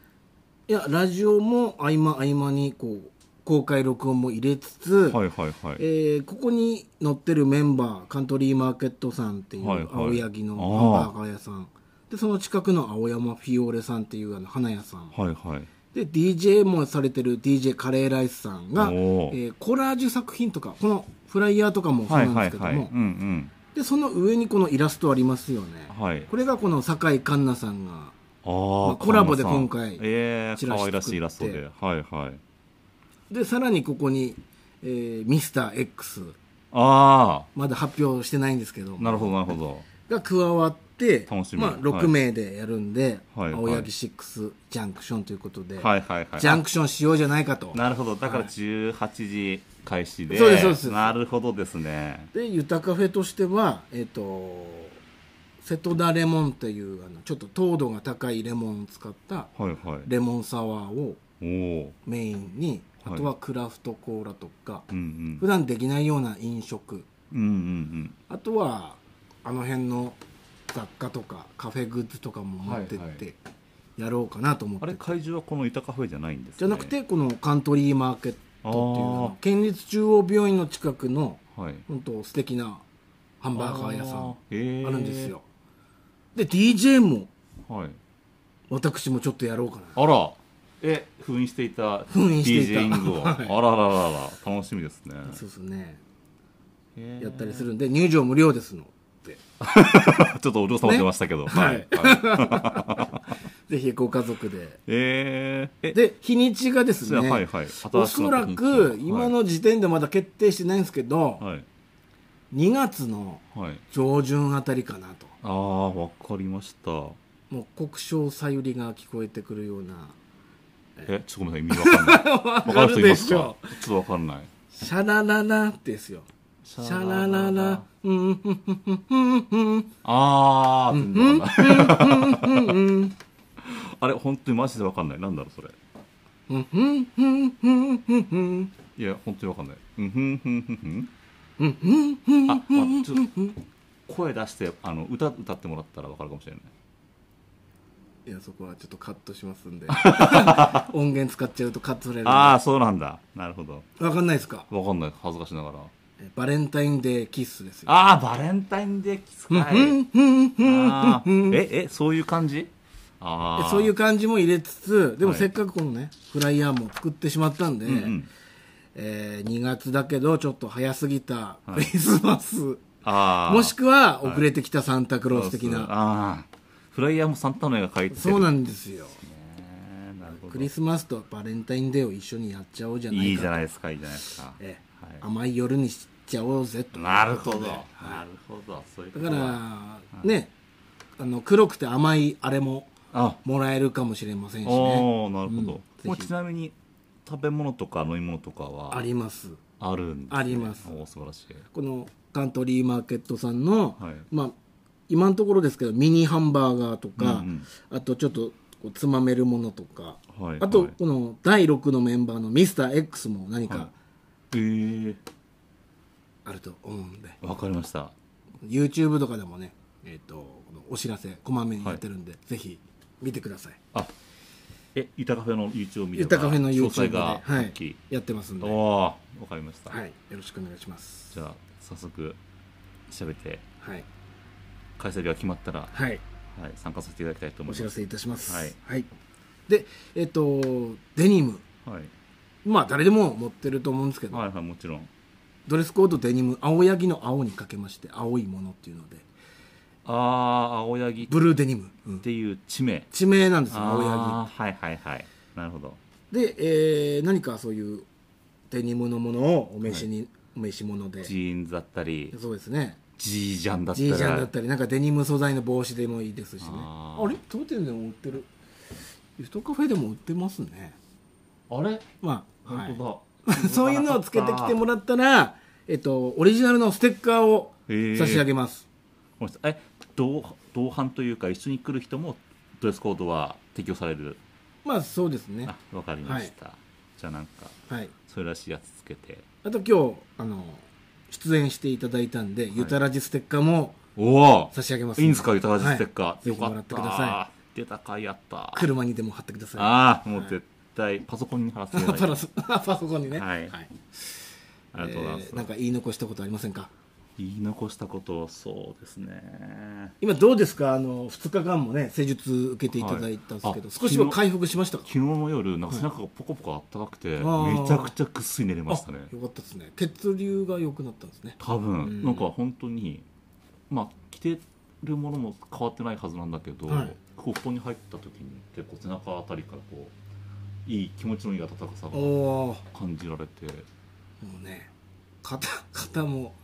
Speaker 1: いやラジオも合間合間にこう公開録音も入れつつ、
Speaker 3: はいはいはい
Speaker 1: えーここに載ってるメンバーカントリーマーケットさんってい
Speaker 3: はいはいう
Speaker 1: 青柳の
Speaker 3: あー
Speaker 1: ハンバーガー屋さんでその近くの青山フィオーレさんっていうあの花屋さん
Speaker 3: はいはい
Speaker 1: で DJ もされてる DJ カレーライスさんが、え
Speaker 3: おー
Speaker 1: ーコラージュ作品とかこのフライヤーとかもそうなんですけども、
Speaker 3: うん
Speaker 1: でその上にこのイラストありますよね、
Speaker 3: うんはい
Speaker 1: これがこの酒井環奈さんが
Speaker 3: あ、
Speaker 1: ま
Speaker 3: ー
Speaker 1: あコラボで
Speaker 3: 神田さ
Speaker 1: 今
Speaker 3: ん
Speaker 1: 回
Speaker 3: ええ
Speaker 1: チ
Speaker 3: ー、
Speaker 1: ラシ
Speaker 3: 可愛らしいイラスト
Speaker 1: 作
Speaker 3: ではいはい
Speaker 1: でさらにここに、えー、ミスター x
Speaker 3: あ
Speaker 1: まだ発表してないんですけど
Speaker 3: あなるほどなるほど
Speaker 1: が加わって
Speaker 3: 楽しみ
Speaker 1: まあ、
Speaker 3: はい
Speaker 1: 6名でやるんで、
Speaker 3: はい
Speaker 1: 青
Speaker 3: はい
Speaker 1: 柳シックスジャンクションということで、
Speaker 3: はいはいはい
Speaker 1: ジャンクションしようじゃないかと
Speaker 3: なるほどだから18時開始で、
Speaker 1: そうですそうです
Speaker 3: なるほどですね
Speaker 1: でゆたカフェとしてはえっ、と瀬戸田レモンっていうあのちょっと糖度が高いレモンを使った
Speaker 3: はいはい
Speaker 1: レモンサワーを
Speaker 3: おお
Speaker 1: メインにあ
Speaker 3: はい
Speaker 1: とはクラフトコーラとか、
Speaker 3: うん
Speaker 1: 普段できないような飲食
Speaker 3: うんうんうん
Speaker 1: あとはあの辺の雑貨とかカフェグッズとかも持ってっ
Speaker 3: はいは
Speaker 1: てやろうかなと思っ
Speaker 3: あ
Speaker 1: てて、
Speaker 3: れ会場はこの板カフェじゃないんです、ね、
Speaker 1: じゃなくてこのカントリーマーケットっていうあの
Speaker 3: あ
Speaker 1: 県立中央病院の近くの
Speaker 3: はい
Speaker 1: 本当素敵なハンバーガー屋さん
Speaker 3: あーへー
Speaker 1: あるんですよ、で DJ も
Speaker 3: はい
Speaker 1: 私もちょっとやろうかな
Speaker 3: あらえ封印していた
Speaker 1: 封印していた
Speaker 3: DJ イング
Speaker 1: (laughs)
Speaker 3: を、
Speaker 1: はい
Speaker 3: あららららら楽しみですね
Speaker 1: そうですね
Speaker 3: へー
Speaker 1: やったりするんで入場無料ですので
Speaker 3: ちょっとお嬢様出ましたけど、
Speaker 1: はい
Speaker 3: はい
Speaker 1: ぜひご家族で
Speaker 3: えー、え
Speaker 1: で日にちがです
Speaker 3: そう
Speaker 1: ね、
Speaker 3: はいはい新しくな
Speaker 1: お
Speaker 3: った日
Speaker 1: そ
Speaker 3: にち
Speaker 1: ら
Speaker 3: は
Speaker 1: く
Speaker 3: い
Speaker 1: 今の時点でまだ決定してないんですけど、
Speaker 3: はい
Speaker 1: 2月の
Speaker 3: はい
Speaker 1: 上旬あたりかなと
Speaker 3: ああわかりました
Speaker 1: もう国章さゆりが聞こえてくるような
Speaker 3: えちょっとごめんなさい意味わかんない
Speaker 1: (laughs) わ
Speaker 3: わかる人いますかちょっとわかんない
Speaker 1: シャラララですよシャラララうんうんうん
Speaker 3: あー全然わかんないあれ本当にマジでわかんないなんだろうそれ
Speaker 1: うんうんうんうんうんうん
Speaker 3: いや本当にわかんないうんふんふんふんふん
Speaker 1: うんうんうん
Speaker 3: あ、まあ、ちょっと声出してあの歌歌ってもらったらわかるかもしれない
Speaker 1: いやそこはちょっとカットします
Speaker 3: (laughs)
Speaker 1: んで音源使っちゃうとカットされるんで
Speaker 3: ああそうなんだなるほど
Speaker 1: わかんないですか
Speaker 3: わかんない恥ずかしながら
Speaker 1: えバレンタインデーキッスですよ
Speaker 3: ああバレンタインデーキスか
Speaker 1: ふん
Speaker 3: い
Speaker 1: ふんふん
Speaker 3: あーええそういう感じああ
Speaker 1: そういう感じも入れつつでも
Speaker 3: はい
Speaker 1: せっかくこのね、フライヤーも作ってしまったんで、
Speaker 3: うんうん
Speaker 1: え2月だけどちょっと早すぎたクリスマス、
Speaker 3: ああ
Speaker 1: もしくは遅れてきたサンタクロース的な、
Speaker 3: ああフライヤーもサンタの絵が描いてる
Speaker 1: そうなんんですよ
Speaker 3: ねなるほ
Speaker 1: ク
Speaker 3: ど
Speaker 1: リスマスとバレンタインデーを一緒にやっちゃおうじゃないか
Speaker 3: いいじゃ
Speaker 1: い、
Speaker 3: ないですかいいじゃないですか
Speaker 1: ええ
Speaker 3: はい
Speaker 1: 甘い夜にしちゃおうぜと
Speaker 3: なるほどなるほどそういうこ
Speaker 1: だ
Speaker 3: と
Speaker 1: か
Speaker 3: だ
Speaker 1: ら、ねあの黒くて甘いあれも
Speaker 3: あ
Speaker 1: もらえるかもしれませんしね
Speaker 3: おーなるほ
Speaker 1: う
Speaker 3: ど、
Speaker 1: ん
Speaker 3: まあ
Speaker 1: ぜひ
Speaker 3: ちなみに食べ物とか飲み物とかは
Speaker 1: あります
Speaker 3: あるんです、
Speaker 1: あります
Speaker 3: おー素晴らしい
Speaker 1: このカントリーマーケットさんの、
Speaker 3: はい
Speaker 1: まあ今のところですけどミニハンバーガーとか、
Speaker 3: うん
Speaker 1: あとちょっとこうつまめるものとか、
Speaker 3: はい
Speaker 1: あと、
Speaker 3: はい
Speaker 1: この第6のメンバーのミスター x も何
Speaker 3: は
Speaker 1: か
Speaker 3: いえー
Speaker 1: あると思うんで、
Speaker 3: わかりました。
Speaker 1: YouTube とかでもね、えー、とこのお知らせこまめにやってるんで、ぜひ見てください
Speaker 3: あ、え、ゆたカフェの YouTube を見れば
Speaker 1: ゆたカフェの
Speaker 3: 詳
Speaker 1: YouTube
Speaker 3: 細
Speaker 1: で、
Speaker 3: が
Speaker 1: は
Speaker 3: 発
Speaker 1: い
Speaker 3: 揮。、
Speaker 1: やってますんで、
Speaker 3: お
Speaker 1: は
Speaker 3: お、わかりました。
Speaker 1: い、よろしくお願いします
Speaker 3: じゃあ早速喋って
Speaker 1: はい、
Speaker 3: 開催日が決まったら、は
Speaker 1: はい、
Speaker 3: い、参加させていただきたいと思
Speaker 1: お
Speaker 3: い
Speaker 1: 知
Speaker 3: ま
Speaker 1: ら
Speaker 3: す。
Speaker 1: せいたします
Speaker 3: はい、
Speaker 1: でえっ、とデニム
Speaker 3: はい、
Speaker 1: まあ誰でも持ってると思うんですけど、
Speaker 3: はいはいもちろん。
Speaker 1: ドレスコードデニム青柳の青にかけまして青いものっていうので
Speaker 3: ああ、青柳っ
Speaker 1: ブルーデニム、うん
Speaker 3: ていう地名。
Speaker 1: 地名なんですよ青柳
Speaker 3: ああ、はいはいはい。なるほど。
Speaker 1: で、えー何かそういうデニムのものをお召しに、お召し物で
Speaker 3: ジーンズだったり、
Speaker 1: そうですね
Speaker 3: ジージャンだったり。
Speaker 1: ジージャンだったりなんかデニム素材の帽子でもいいですしね
Speaker 3: あ
Speaker 1: あ
Speaker 3: ー
Speaker 1: れ当店でも売ってるユトカフェでも売ってますね
Speaker 3: あれ
Speaker 1: まあ、は
Speaker 3: 本
Speaker 1: い、
Speaker 3: 当だ。
Speaker 1: (laughs) そういうのをつけてきても
Speaker 3: ら
Speaker 1: らったらえっとオリジナルのステッカーを差し上げます、
Speaker 3: ごめんなさいえ同同伴というか一緒に来る人もドレスコードは適用される
Speaker 1: まあそうですね
Speaker 3: あわかりました、じゃあなんか
Speaker 1: はい
Speaker 3: それらしいやつつけて
Speaker 1: あと今日あの出演していただいたんで、ユタラジステッカーも
Speaker 3: おお
Speaker 1: 差し上げます
Speaker 3: いいんですかユタラジステッカー、
Speaker 1: はい、ぜひもらってくだ
Speaker 3: よ
Speaker 1: さ
Speaker 3: かった出たかいやった
Speaker 1: い車にでも貼ってください
Speaker 3: ああもう絶対パソコンに貼らせていただいて
Speaker 1: (laughs) パラソパソコンにね、
Speaker 3: はいありがとうございます
Speaker 1: え、ーなんか言い残したことありませんか
Speaker 3: 言い残したことそうですね
Speaker 1: 今どうですかあの2日間もね施術受けていただいたんですけど、
Speaker 3: はいあ
Speaker 1: 少しは回復しましたか
Speaker 3: 昨日の夜なんか背中がポコポコあったかくて、
Speaker 1: はい
Speaker 3: めちゃくちゃぐっすり寝れましたね
Speaker 1: あよかったですね血流が良くなったんですね
Speaker 3: 多分、
Speaker 1: ん
Speaker 3: なんか本当にまあ着てるものも変わってないはずなんだけど、
Speaker 1: はい
Speaker 3: こう布団に入った時に結構背中あたりからこういい気持ちのいい温かさ
Speaker 1: お
Speaker 3: が
Speaker 1: お
Speaker 3: 感じられて
Speaker 1: ーもうね肩肩も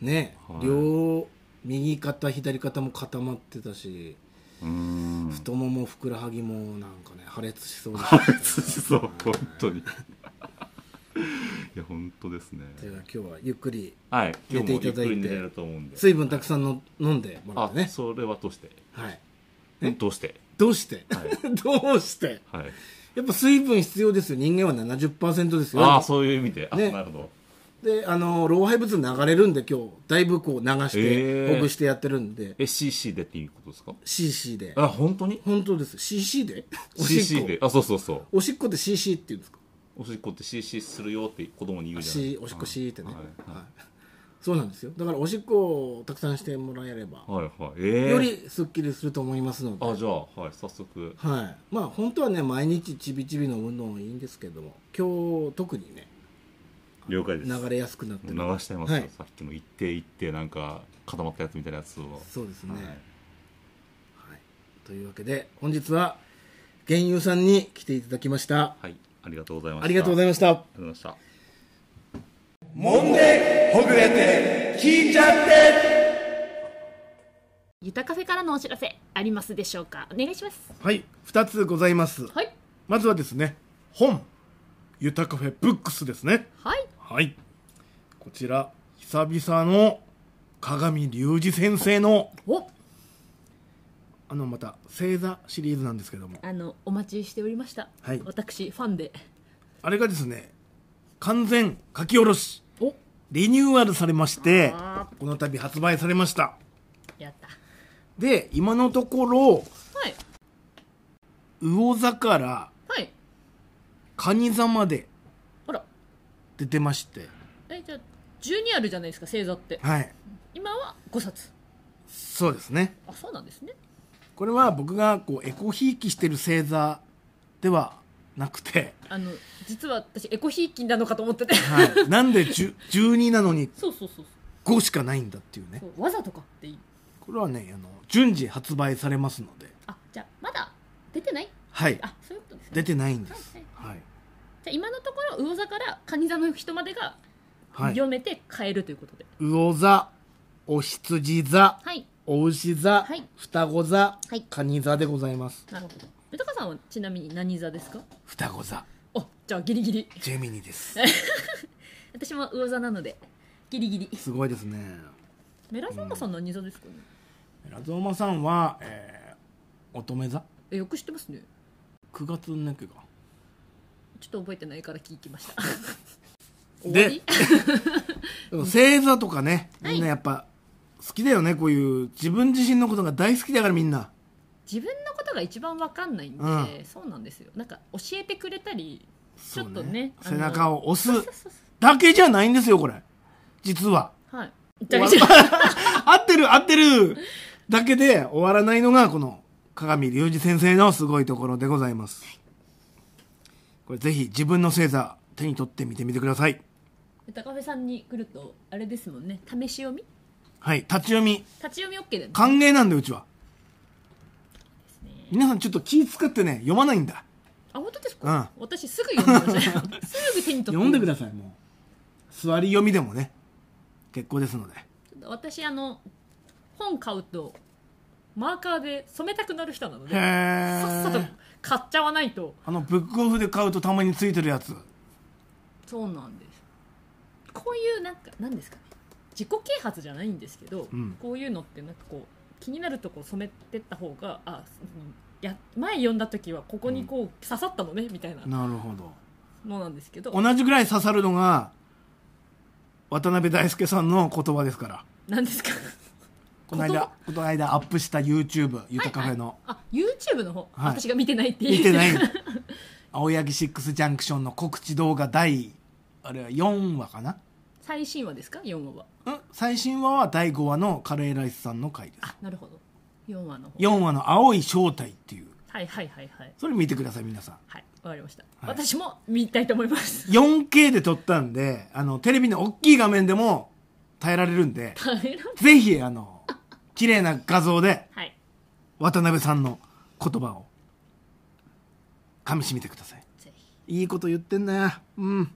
Speaker 1: ね、
Speaker 3: はい
Speaker 1: 両右肩左肩も固まってたし
Speaker 3: うーん
Speaker 1: 太ももふくらはぎもなんかね破裂しそうで
Speaker 3: 破裂しそう本当にいや本当ですね
Speaker 1: では今日はゆっくり
Speaker 3: はい今日
Speaker 1: 寝
Speaker 3: もゆ
Speaker 1: てい
Speaker 3: った
Speaker 1: だ
Speaker 3: く
Speaker 1: いて
Speaker 3: り寝れると思うんで
Speaker 1: 水分たくさんの飲んでもらっ
Speaker 3: あ
Speaker 1: てね
Speaker 3: それはどうして
Speaker 1: はいえ
Speaker 3: どうして
Speaker 1: どうして、
Speaker 3: は
Speaker 1: (laughs) どうして
Speaker 3: はい
Speaker 1: やっぱ水分必要ですよ人間は70%ですよ
Speaker 3: ああそういう意味であ、
Speaker 1: ね
Speaker 3: なるほど
Speaker 1: であの老廃物流れるんで今日だいぶこう流して、
Speaker 3: えー
Speaker 1: ほぐしてやってるんで
Speaker 3: え CC でっていうことですか
Speaker 1: CC で
Speaker 3: あ本当に
Speaker 1: 本当です CC でおしっこ
Speaker 3: CC であそうそうそう
Speaker 1: おしっこで CC って言うんですか
Speaker 3: おしっこって CC するよって子供に言うじゃない
Speaker 1: しおしっこ C ってね、
Speaker 3: はい
Speaker 1: はいそうなんですよだからおしっこをたくさんしてもらえれば、
Speaker 3: はいはいええ
Speaker 1: よりすっきりすると思いますので
Speaker 3: あじゃあはい早速
Speaker 1: はいまあ本当はね毎日ちびちび飲むのもいいんですけども今日特にね
Speaker 3: 了解です
Speaker 1: 流れやすくなって
Speaker 3: 流
Speaker 1: る
Speaker 3: しちゃいます
Speaker 1: は
Speaker 3: よ、
Speaker 1: い
Speaker 3: さっきの一定一定なんか固まったやつみたいなやつを
Speaker 1: そうですね、
Speaker 3: はい
Speaker 1: はい、というわけで本日は原油さんに来ていただきました
Speaker 3: はい、ありがとうございました
Speaker 1: ありがとうござ
Speaker 3: い
Speaker 1: いました
Speaker 3: ました
Speaker 4: 揉んでほぐれて聞いちゃって
Speaker 2: ゆたカフェからのお知らせありますでしょうかお願いします
Speaker 1: はい2つございます
Speaker 2: はい
Speaker 1: まずはですね本「ゆたカフェブックス」ですね
Speaker 2: はい
Speaker 1: はいこちら久々の鏡隆二先生の
Speaker 2: お
Speaker 1: あのまた星座シリーズなんですけども
Speaker 2: あのお待ちしておりました、
Speaker 1: はい
Speaker 2: 私ファンで
Speaker 1: あれがですね完全書き下ろし
Speaker 2: お
Speaker 1: リニューアルされまして
Speaker 2: あ
Speaker 1: この度発売されました
Speaker 2: やった
Speaker 1: で今のところ
Speaker 2: はい
Speaker 1: 魚座から
Speaker 2: はい
Speaker 1: 蟹座まで
Speaker 2: あら
Speaker 1: 出てまして
Speaker 2: えじゃあ12あるじゃないですか星座って
Speaker 1: はい
Speaker 2: 今は5冊
Speaker 1: そうですね
Speaker 2: あそうなんですね
Speaker 1: これは僕がこうエコひいきしてる星座ではなくて、
Speaker 2: あの実は私エコひいきなのかと思ってて
Speaker 1: はい、なんで10 12なのに
Speaker 2: (laughs) そうそうそう
Speaker 1: 5しかないんだっていうね
Speaker 2: そうわざとかっていう
Speaker 1: これはねあの順次発売されますので
Speaker 2: あじゃあまだ出てない
Speaker 1: はい
Speaker 2: あそういうことですね
Speaker 1: 出てないんで
Speaker 2: はい
Speaker 1: す
Speaker 2: はい
Speaker 1: はい、
Speaker 2: じゃあ今のところ魚座から蟹座の人までが
Speaker 1: はい、
Speaker 2: 読めて変えるということで
Speaker 1: 魚座お羊座
Speaker 2: はい、
Speaker 1: お牛座、
Speaker 2: はい
Speaker 1: 双子座、
Speaker 2: はい
Speaker 1: 蟹座でございます
Speaker 2: なるほど豊川さんはちなみに何座ですか
Speaker 1: 双子座
Speaker 2: あじゃあギリギリ
Speaker 1: ジェミニです
Speaker 2: 私も魚座なのでギリギリ
Speaker 1: すごいですね
Speaker 2: メラゾーマさん何座ですかね、
Speaker 1: ラゾーマさんは、えー、乙女座
Speaker 2: えよく知ってますね
Speaker 1: 9月の中が
Speaker 2: ちょっと覚えてないから聞きました終わ
Speaker 1: で
Speaker 2: り
Speaker 1: でも星座とかね
Speaker 2: はい
Speaker 1: みんなやっぱ好きだよねこういう自分自身のことが大好きだからみんな
Speaker 2: 自分のことが一番わかんないん
Speaker 1: う
Speaker 2: で、
Speaker 1: ん
Speaker 2: そうなんですよなんか教えてくれたりち
Speaker 1: そ
Speaker 2: ょ
Speaker 1: う
Speaker 2: っとねあ
Speaker 1: 背
Speaker 2: の
Speaker 1: 中を押す
Speaker 2: そうそうそ
Speaker 1: だけじゃないんですよこれ実は
Speaker 2: うはい
Speaker 1: 終わ合ってる合ってるだけで終わらないのがこの鏡隆二先生のすごいところでございます、これぜひ自分の星座手に取ってみてみてください
Speaker 2: 高部さんに来るとあれですもんね試し読み
Speaker 1: はい立ち読み
Speaker 2: 立ち読み OK で、ね、
Speaker 1: 歓迎なんでうちは皆さんちょっと気使ってね読まないんだ
Speaker 2: あ本当ですか、私すぐ読ん
Speaker 1: (laughs)
Speaker 2: でましたよすぐ手に取って
Speaker 1: 読んでくださいもう座り読みでもね結構ですので
Speaker 2: ちょっと私あの本買うとマーカーで染めたくなる人なので
Speaker 1: へー
Speaker 2: さっさと買っちゃわないと
Speaker 1: あのブックオフで買うとたまについてるやつ
Speaker 2: そうなんですこういうなんか何ですかね自己啓発じゃないんですけど、
Speaker 1: うん
Speaker 2: こういうのってなんかこう気になるとこ染めてった方があうんや前読んだ時はここにこう、刺さったのねみたいな
Speaker 1: なるほど
Speaker 2: のなんですけど
Speaker 1: 同じぐらい刺さるのが渡辺大輔さんの言葉ですから
Speaker 2: 何ですか (laughs)
Speaker 1: この間この間アップした YouTube ゆたカフェの、
Speaker 2: あ YouTube の方、
Speaker 1: はい
Speaker 2: 私が見てないっていう
Speaker 1: 見てない青柳シックスジャンクションの告知動画第あれは4話かな
Speaker 2: (laughs) 最新話ですか4話は
Speaker 1: うん最新話は第5話のカレーライスさんの回です
Speaker 2: あなるほど4話の方
Speaker 1: 4話の「青い正体」っていう
Speaker 2: はいはいはいはい
Speaker 1: それ見てください皆さん
Speaker 2: はいわかりました、
Speaker 1: はい
Speaker 2: 私も見たいと思います (laughs)
Speaker 1: 4K で撮ったんであのテレビの大きい画面でも耐えられるんで
Speaker 2: 大変だ
Speaker 1: ぜひあの綺麗な画像で
Speaker 2: はい
Speaker 1: 渡辺さんの言葉を噛みしめてください
Speaker 2: ぜひ
Speaker 1: いいこと言ってんなうん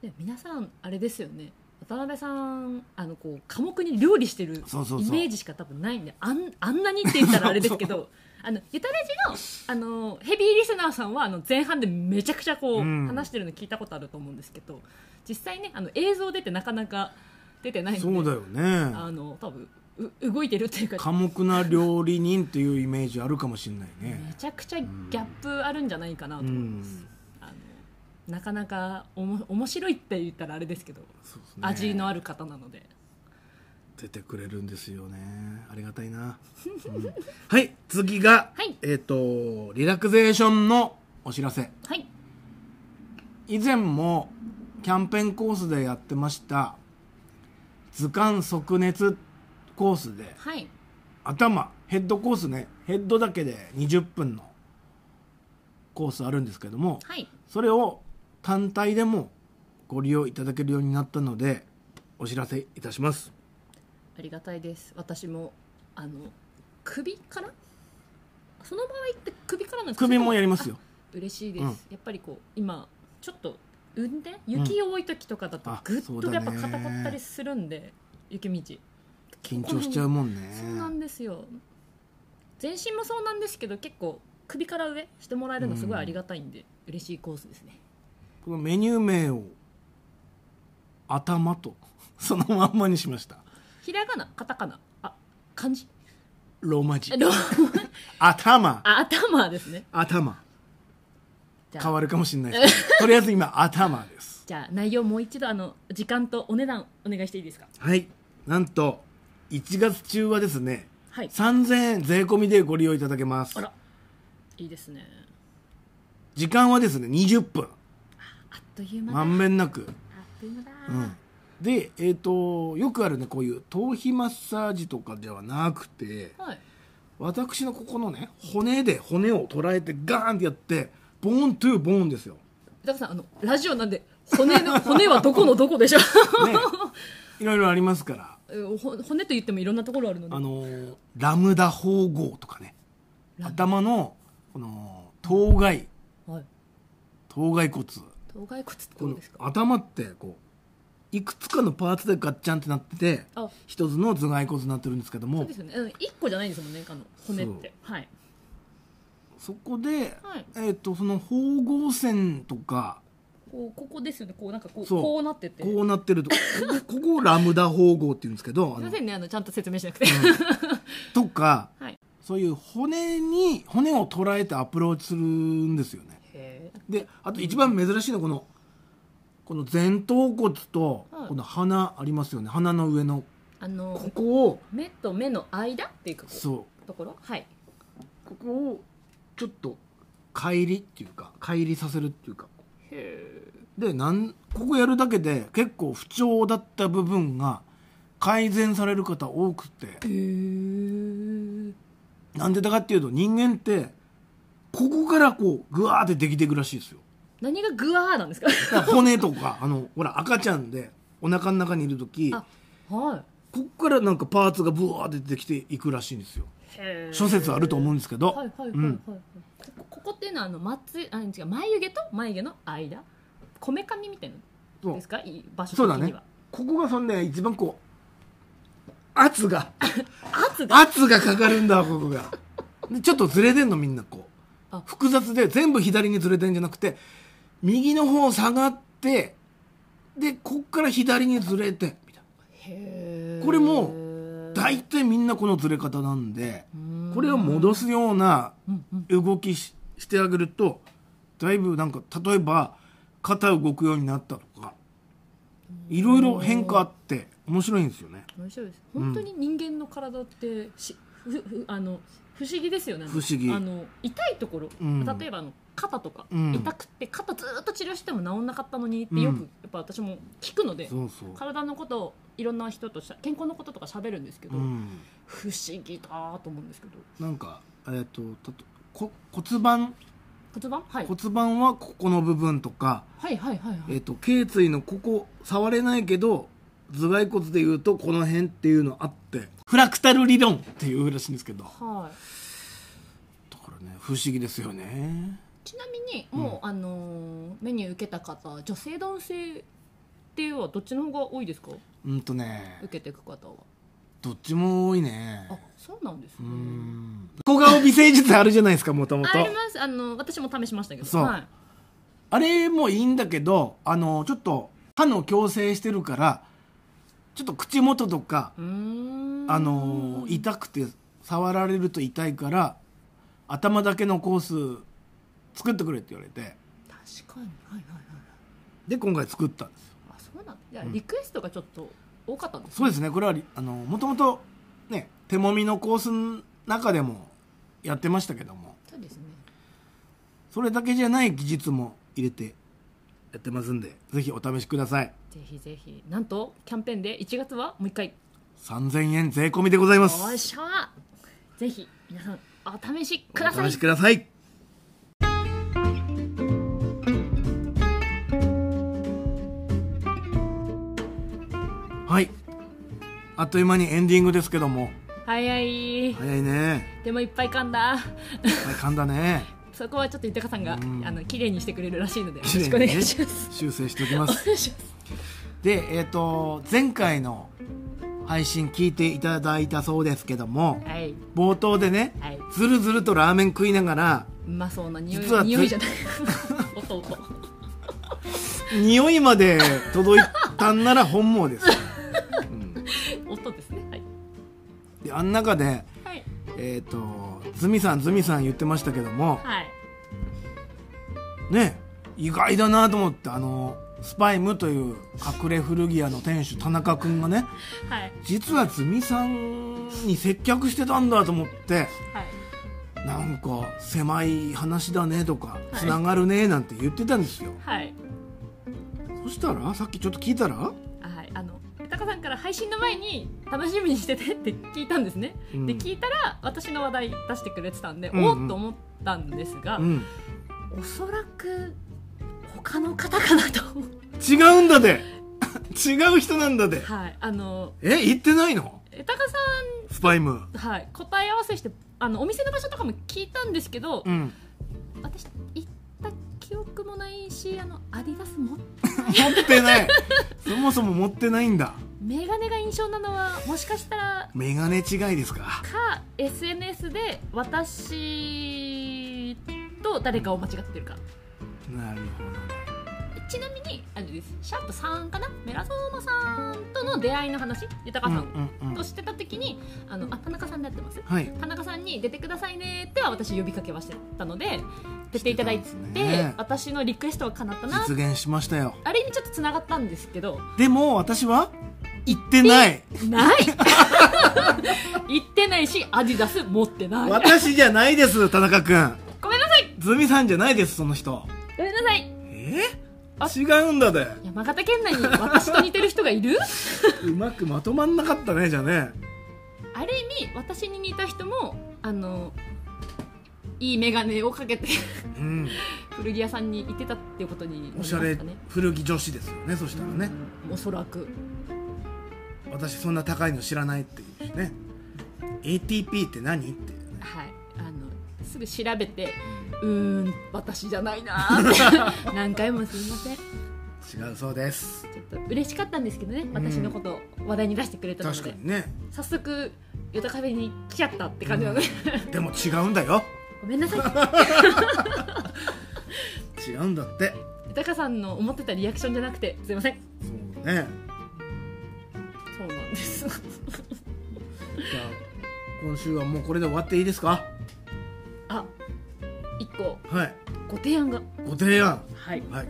Speaker 2: でも皆さんあれですよね渡辺さんあのこう寡黙に料理してるイメ
Speaker 1: そうそうそう
Speaker 2: ージしか多分ないんであんあんなにって言ったらあれです
Speaker 1: (laughs)
Speaker 2: けどあのゆたらじのあのヘビーリスナーさんはあの前半でめちゃくちゃこう、
Speaker 1: うん
Speaker 2: 話してるの聞いたことあると思うんですけど実際ねあの映像出てなかなか出てないので
Speaker 1: そうだよね
Speaker 2: あの多分う動いてるっていうか
Speaker 1: 寡黙な料理人っていうイメージあるかもしれない
Speaker 2: め
Speaker 1: ね
Speaker 2: ちゃくちゃギャップあるんじゃないかなと
Speaker 1: う
Speaker 2: 思います、
Speaker 1: ん
Speaker 2: あのなかなかおも面白いって言ったらあれですけど、
Speaker 1: そうですね
Speaker 2: 味のある方なので
Speaker 1: 出てくれるんですよねありがたい
Speaker 2: (laughs)
Speaker 1: な、うんはい次が、
Speaker 2: はい
Speaker 1: えっ、とリラクゼーションのお知らせ
Speaker 2: はい
Speaker 1: 以前もキャンペーンコースでやってました図鑑即熱コースで
Speaker 2: はい
Speaker 1: 頭ヘッドコースねヘッドだけで20分のコースあるんですけども
Speaker 2: はい
Speaker 1: それを単体でもご利用いただけるようになったのでお知らせいたします
Speaker 2: ありがたいです私もあの首からその場合って首からなんですか
Speaker 1: 首もやりますよ
Speaker 2: あ嬉しいです、
Speaker 1: うん
Speaker 2: やっぱりこう今ちょっと運転雪多い時とかだと
Speaker 1: あ
Speaker 2: ぐっ
Speaker 1: そう
Speaker 2: と
Speaker 1: だね
Speaker 2: やっぱ固まったりするんで、雪道
Speaker 1: 緊張しちゃうもんね
Speaker 2: そうなんですよ全身もそうなんですけど結構首から上してもらえるのすごいありがたいんで、嬉しいコースですね
Speaker 1: このメニュー名を頭と (laughs) そのまんまにしました
Speaker 2: ひらがなカタカナあ漢字 (laughs)
Speaker 1: ローマ字
Speaker 2: えどう
Speaker 1: 頭
Speaker 2: あ頭ですね
Speaker 1: 頭
Speaker 2: じゃ
Speaker 1: 変
Speaker 2: あ
Speaker 1: わるかもしれないですけ (laughs) どとりあえず今頭です
Speaker 2: じゃあ内容もう一度あの時間とお値段お願いしていいですか
Speaker 1: はいなんと1月中はですね
Speaker 2: はい
Speaker 1: 3000円税込みでご利用いただけます
Speaker 2: あらいいですね
Speaker 1: 時間はですね20分
Speaker 2: あっという間だ、
Speaker 1: まんべんなく、
Speaker 2: あっという間だ、
Speaker 1: うん、で、えっ、と、よくあるね、こういう頭皮マッサージとかではなくて、
Speaker 2: はい
Speaker 1: 私のここのね、骨で骨を捉えてガーンってやって、ボーントゥーボーンですよ。
Speaker 2: 豊川さんあのラジオなんで骨の (laughs) 骨はどこのどこで (laughs) しょ
Speaker 1: ね。 (laughs) いろいろありますから。
Speaker 2: うんほ骨と言ってもいろんなところあるので
Speaker 1: あのーラムダ縫合とかね。頭の、この、頭蓋、
Speaker 2: はい
Speaker 1: 頭蓋骨。
Speaker 2: 頭蓋骨って
Speaker 1: こ
Speaker 2: どう
Speaker 1: の
Speaker 2: ですか
Speaker 1: 頭って、こう、いくつかのパーツでガッチャンってなってて、
Speaker 2: あ
Speaker 1: 一つの頭蓋骨になってるんですけど
Speaker 2: そう
Speaker 1: も
Speaker 2: で、すよねうん一個じゃないんですもんねあの骨ってはい
Speaker 1: そこで、
Speaker 2: はい
Speaker 1: えっ、と、その縫合線とか、
Speaker 2: こうここですよねこうなんかこう
Speaker 1: そう
Speaker 2: こうなってて
Speaker 1: こうなってると、ここ、ここをラムダ縫合って言うんですけど、あ
Speaker 2: すい
Speaker 1: の
Speaker 2: ませんねあのちゃんと説明しなくて
Speaker 1: とか、
Speaker 2: はい
Speaker 1: そういう骨に、骨を捉えてアプローチするんですよね。
Speaker 2: (laughs) へえ
Speaker 1: で、あと一番珍しいのはこの、この前頭骨と
Speaker 2: はい、
Speaker 1: この鼻ありますよね。鼻の上の、
Speaker 2: あの
Speaker 1: ここを、
Speaker 2: 目と目の間っていうかこう
Speaker 1: そ
Speaker 2: ところはい、
Speaker 1: う、ここを、ちょっと、乖離っていうか、乖離させるっていうか。で、なん、ここやるだけで、結構不調だった部分が、改善される方多くて。なんでだかっていうと、人間って、ここからこう、ぐわーってできていくらしいですよ。
Speaker 2: 何がグワーなんですか
Speaker 1: だから骨とか、あの、ほら、赤ちゃんで、お腹の中にいるとき、
Speaker 2: あ
Speaker 1: こ
Speaker 2: は
Speaker 1: こからなんかパーツがブワーって出てきていくらしいんですよ。
Speaker 2: いへー
Speaker 1: 諸説あると思うんですけど、
Speaker 2: はいはいはいはい、
Speaker 1: う
Speaker 2: はい
Speaker 1: ん
Speaker 2: ここここっていうのはあのまつあ違う眉毛と眉毛の間こめかみみたいな
Speaker 1: そ
Speaker 2: で
Speaker 1: う
Speaker 2: すかい場所
Speaker 1: そうだ
Speaker 2: 的に
Speaker 1: ね
Speaker 2: は。
Speaker 1: ここがそんで、一番こう、圧が、
Speaker 2: 圧が
Speaker 1: 圧がかかるんだ、ここ
Speaker 2: (laughs)
Speaker 1: が。でちょっとずれてんの、みんなこう
Speaker 2: あ。
Speaker 1: 複雑で、全部左にずれてんじゃなくて、右の方下がって、で、こっから左にずれて、みたいな。
Speaker 2: へー
Speaker 1: これも大体みんなこのずれ方なんでこれを戻すような動きししてあげるとだいぶなんか例えば肩動くようになったとかいろいろ変化あって面白いんですよね
Speaker 2: 面白いです本当に人間の体ってし、ふふあの不思議ですよね
Speaker 1: 不思議
Speaker 2: あの痛いところ、
Speaker 1: うん
Speaker 2: 例えばあの肩とか、
Speaker 1: うん
Speaker 2: 痛くて肩ずーっと治療しても治んなかったのにってよく、
Speaker 1: うん
Speaker 2: やっぱ私も聞くので
Speaker 1: そうそう、
Speaker 2: 体のことをいろんな人としゃ健康のこととか喋るんですけど、
Speaker 1: うん、
Speaker 2: 不思議だーと思うんですけど
Speaker 1: なんかえっとたとこ骨盤
Speaker 2: 骨盤、はい、はい
Speaker 1: 骨盤はここの部分とか、
Speaker 2: はいはいはい
Speaker 1: えっと頸椎のここ触れないけど頭蓋骨でいうとこの辺っていうのあってフラクタル理論っていうらしいんですけど
Speaker 2: はい
Speaker 1: だからね不思議ですよね
Speaker 2: ちなみにもう、あのーメニュー受けた方女性男性っていうのはどっちの方が多いですか
Speaker 1: うんとね
Speaker 2: 受けていく方は
Speaker 1: どっちも多いね
Speaker 2: あそうなんです
Speaker 1: う
Speaker 2: ね
Speaker 1: ん小顔美声術あるじゃないですかもともと
Speaker 2: あありますあの私も試しましたけど
Speaker 1: そう
Speaker 2: はい、
Speaker 1: あれもいいんだけどあのちょっと歯の矯正してるからちょっと口元とか
Speaker 2: うーん
Speaker 1: あの痛くて触られると痛いから頭だけのコース作ってくれって言われて
Speaker 2: 確かにはいはいはい
Speaker 1: で今回作ったんですよ
Speaker 2: あそうなんだじゃあリクエストがちょっと多かったんです
Speaker 1: そうですねこれはりあのもともとね手もみのコースの中でもやってましたけども
Speaker 2: そうですね
Speaker 1: それだけじゃない技術も入れてやってますんでぜひお試しください
Speaker 2: ぜひぜひなんとキャンペーンで1月はもう一回
Speaker 1: 3000円税込みでございます
Speaker 2: おっしゃーぜひ皆さんお試しくださ
Speaker 1: お
Speaker 2: い
Speaker 1: 試しくださいはいあっという間にエンディングですけども
Speaker 2: 早い
Speaker 1: 早いね
Speaker 2: でもいっぱい噛んだ
Speaker 1: い
Speaker 2: (laughs)
Speaker 1: っぱい噛んだね
Speaker 2: そこはちょっと豊さんが、あの綺麗にしてくれるらしいのでよろ
Speaker 1: 綺麗
Speaker 2: し
Speaker 1: に
Speaker 2: くお
Speaker 1: ね
Speaker 2: 願いします。
Speaker 1: 修正しておきます
Speaker 2: お願いします (laughs)
Speaker 1: でえっ、と前回の配信聞いていただいたそうですけども
Speaker 2: はい、
Speaker 1: 冒頭でね、
Speaker 2: はい
Speaker 1: ずるずるとラーメン食いながら
Speaker 2: うまそうな匂い
Speaker 1: 実はつ
Speaker 2: 匂いじゃない (laughs) 音音
Speaker 1: 匂いまで届いたんなら本望
Speaker 2: (laughs)
Speaker 1: ですよ、うん
Speaker 2: 音ですねはい、
Speaker 1: であん中で
Speaker 2: はい
Speaker 1: えっ、とズミさんズミさん言ってましたけども
Speaker 2: はい、
Speaker 1: ね意外だなと思ってあのスパイムという隠れ古着屋の店主田中君がね
Speaker 2: はい
Speaker 1: 実はズミさんに接客してたんだと思って
Speaker 2: はい
Speaker 1: なんか狭い話だねとか
Speaker 2: い
Speaker 1: つながるねなんて言ってたんですよ、
Speaker 2: はい
Speaker 1: そしたらさっきちょっと聞いたら
Speaker 2: はいあの高さんから配信の前に楽しみにしててって聞いたんですね、
Speaker 1: うん
Speaker 2: で聞いたら私の話題出してくれてたんで、
Speaker 1: うんうん
Speaker 2: おーっと思ったんですが、
Speaker 1: うん、
Speaker 2: おそらく他の方かなと思う
Speaker 1: 違うんだで (laughs) 違う人なんだで
Speaker 2: はいあの
Speaker 1: え行ってないの
Speaker 2: え高さ
Speaker 1: スパイム
Speaker 2: んはい答え合わせしてあのお店の場所とかも聞いたんですけど、
Speaker 1: うん
Speaker 2: 私行った記憶もないしあのアディダスも
Speaker 1: 持ってない
Speaker 2: (laughs)
Speaker 1: そもそも持ってないんだ
Speaker 2: メガネが印象なのはもしかしたら
Speaker 1: メガネ違いですか
Speaker 2: か SNS で私と誰かを間違ってるか
Speaker 1: なるほどね
Speaker 2: ちなみにあれですシャープ3かなメラソーマさんとの出会いの話豊
Speaker 1: うん
Speaker 2: さ
Speaker 1: うんんう
Speaker 2: と
Speaker 1: ん
Speaker 2: 知ってた時にあのあ田中さんでやってます
Speaker 1: はい
Speaker 2: 田中さんに出てくださいねっては私呼びかけはしてたので出ていただいて
Speaker 1: してたんですね
Speaker 2: 私のリクエストは叶ったな
Speaker 1: 実現しましたよ
Speaker 2: ある意味ちょっとつながったんですけど
Speaker 1: でも私は行ってない
Speaker 2: ない
Speaker 1: (laughs)
Speaker 2: 言ってないしアディダス持ってない
Speaker 1: 私じゃないです田中君
Speaker 2: ごめんなさい
Speaker 1: ズミさんじゃないですその人
Speaker 2: ごめんなさい
Speaker 1: え
Speaker 2: あ
Speaker 1: 違うんだで
Speaker 2: 山形県内に私と似てる人がいる
Speaker 1: うまくまとまんなかったねじゃあね
Speaker 2: ある意味私に似た人もあのいい眼鏡をかけて (laughs)
Speaker 1: うん
Speaker 2: 古着屋さんに行ってたっていうことになり
Speaker 1: お
Speaker 2: ま
Speaker 1: しゃ
Speaker 2: し
Speaker 1: れ
Speaker 2: たね
Speaker 1: 古着女子ですよねそしたらね
Speaker 2: おそらく
Speaker 1: 私そんな高いの知らないっていうしね ATP って何っていうね
Speaker 2: はいあのすぐ調べてうーん私じゃないなー (laughs) って何回もすみませんち
Speaker 1: 違うそうです
Speaker 2: ょっと嬉しかったんですけどね私のことを話題に出してくれたので、
Speaker 1: 確かにね
Speaker 2: 早速ヨタカフェに来ちゃったって感じなので、
Speaker 1: でも違うんだよ
Speaker 2: ごめんなさい
Speaker 1: 違うんだって
Speaker 2: 豊さんの思ってたリアクションじゃなくてすいません
Speaker 1: そうね
Speaker 2: そうなんです
Speaker 1: じゃあ今週はもうこれで終わっていいですか
Speaker 2: あ一個
Speaker 1: はい
Speaker 2: ご提案が
Speaker 1: ご提案
Speaker 2: はい
Speaker 1: はい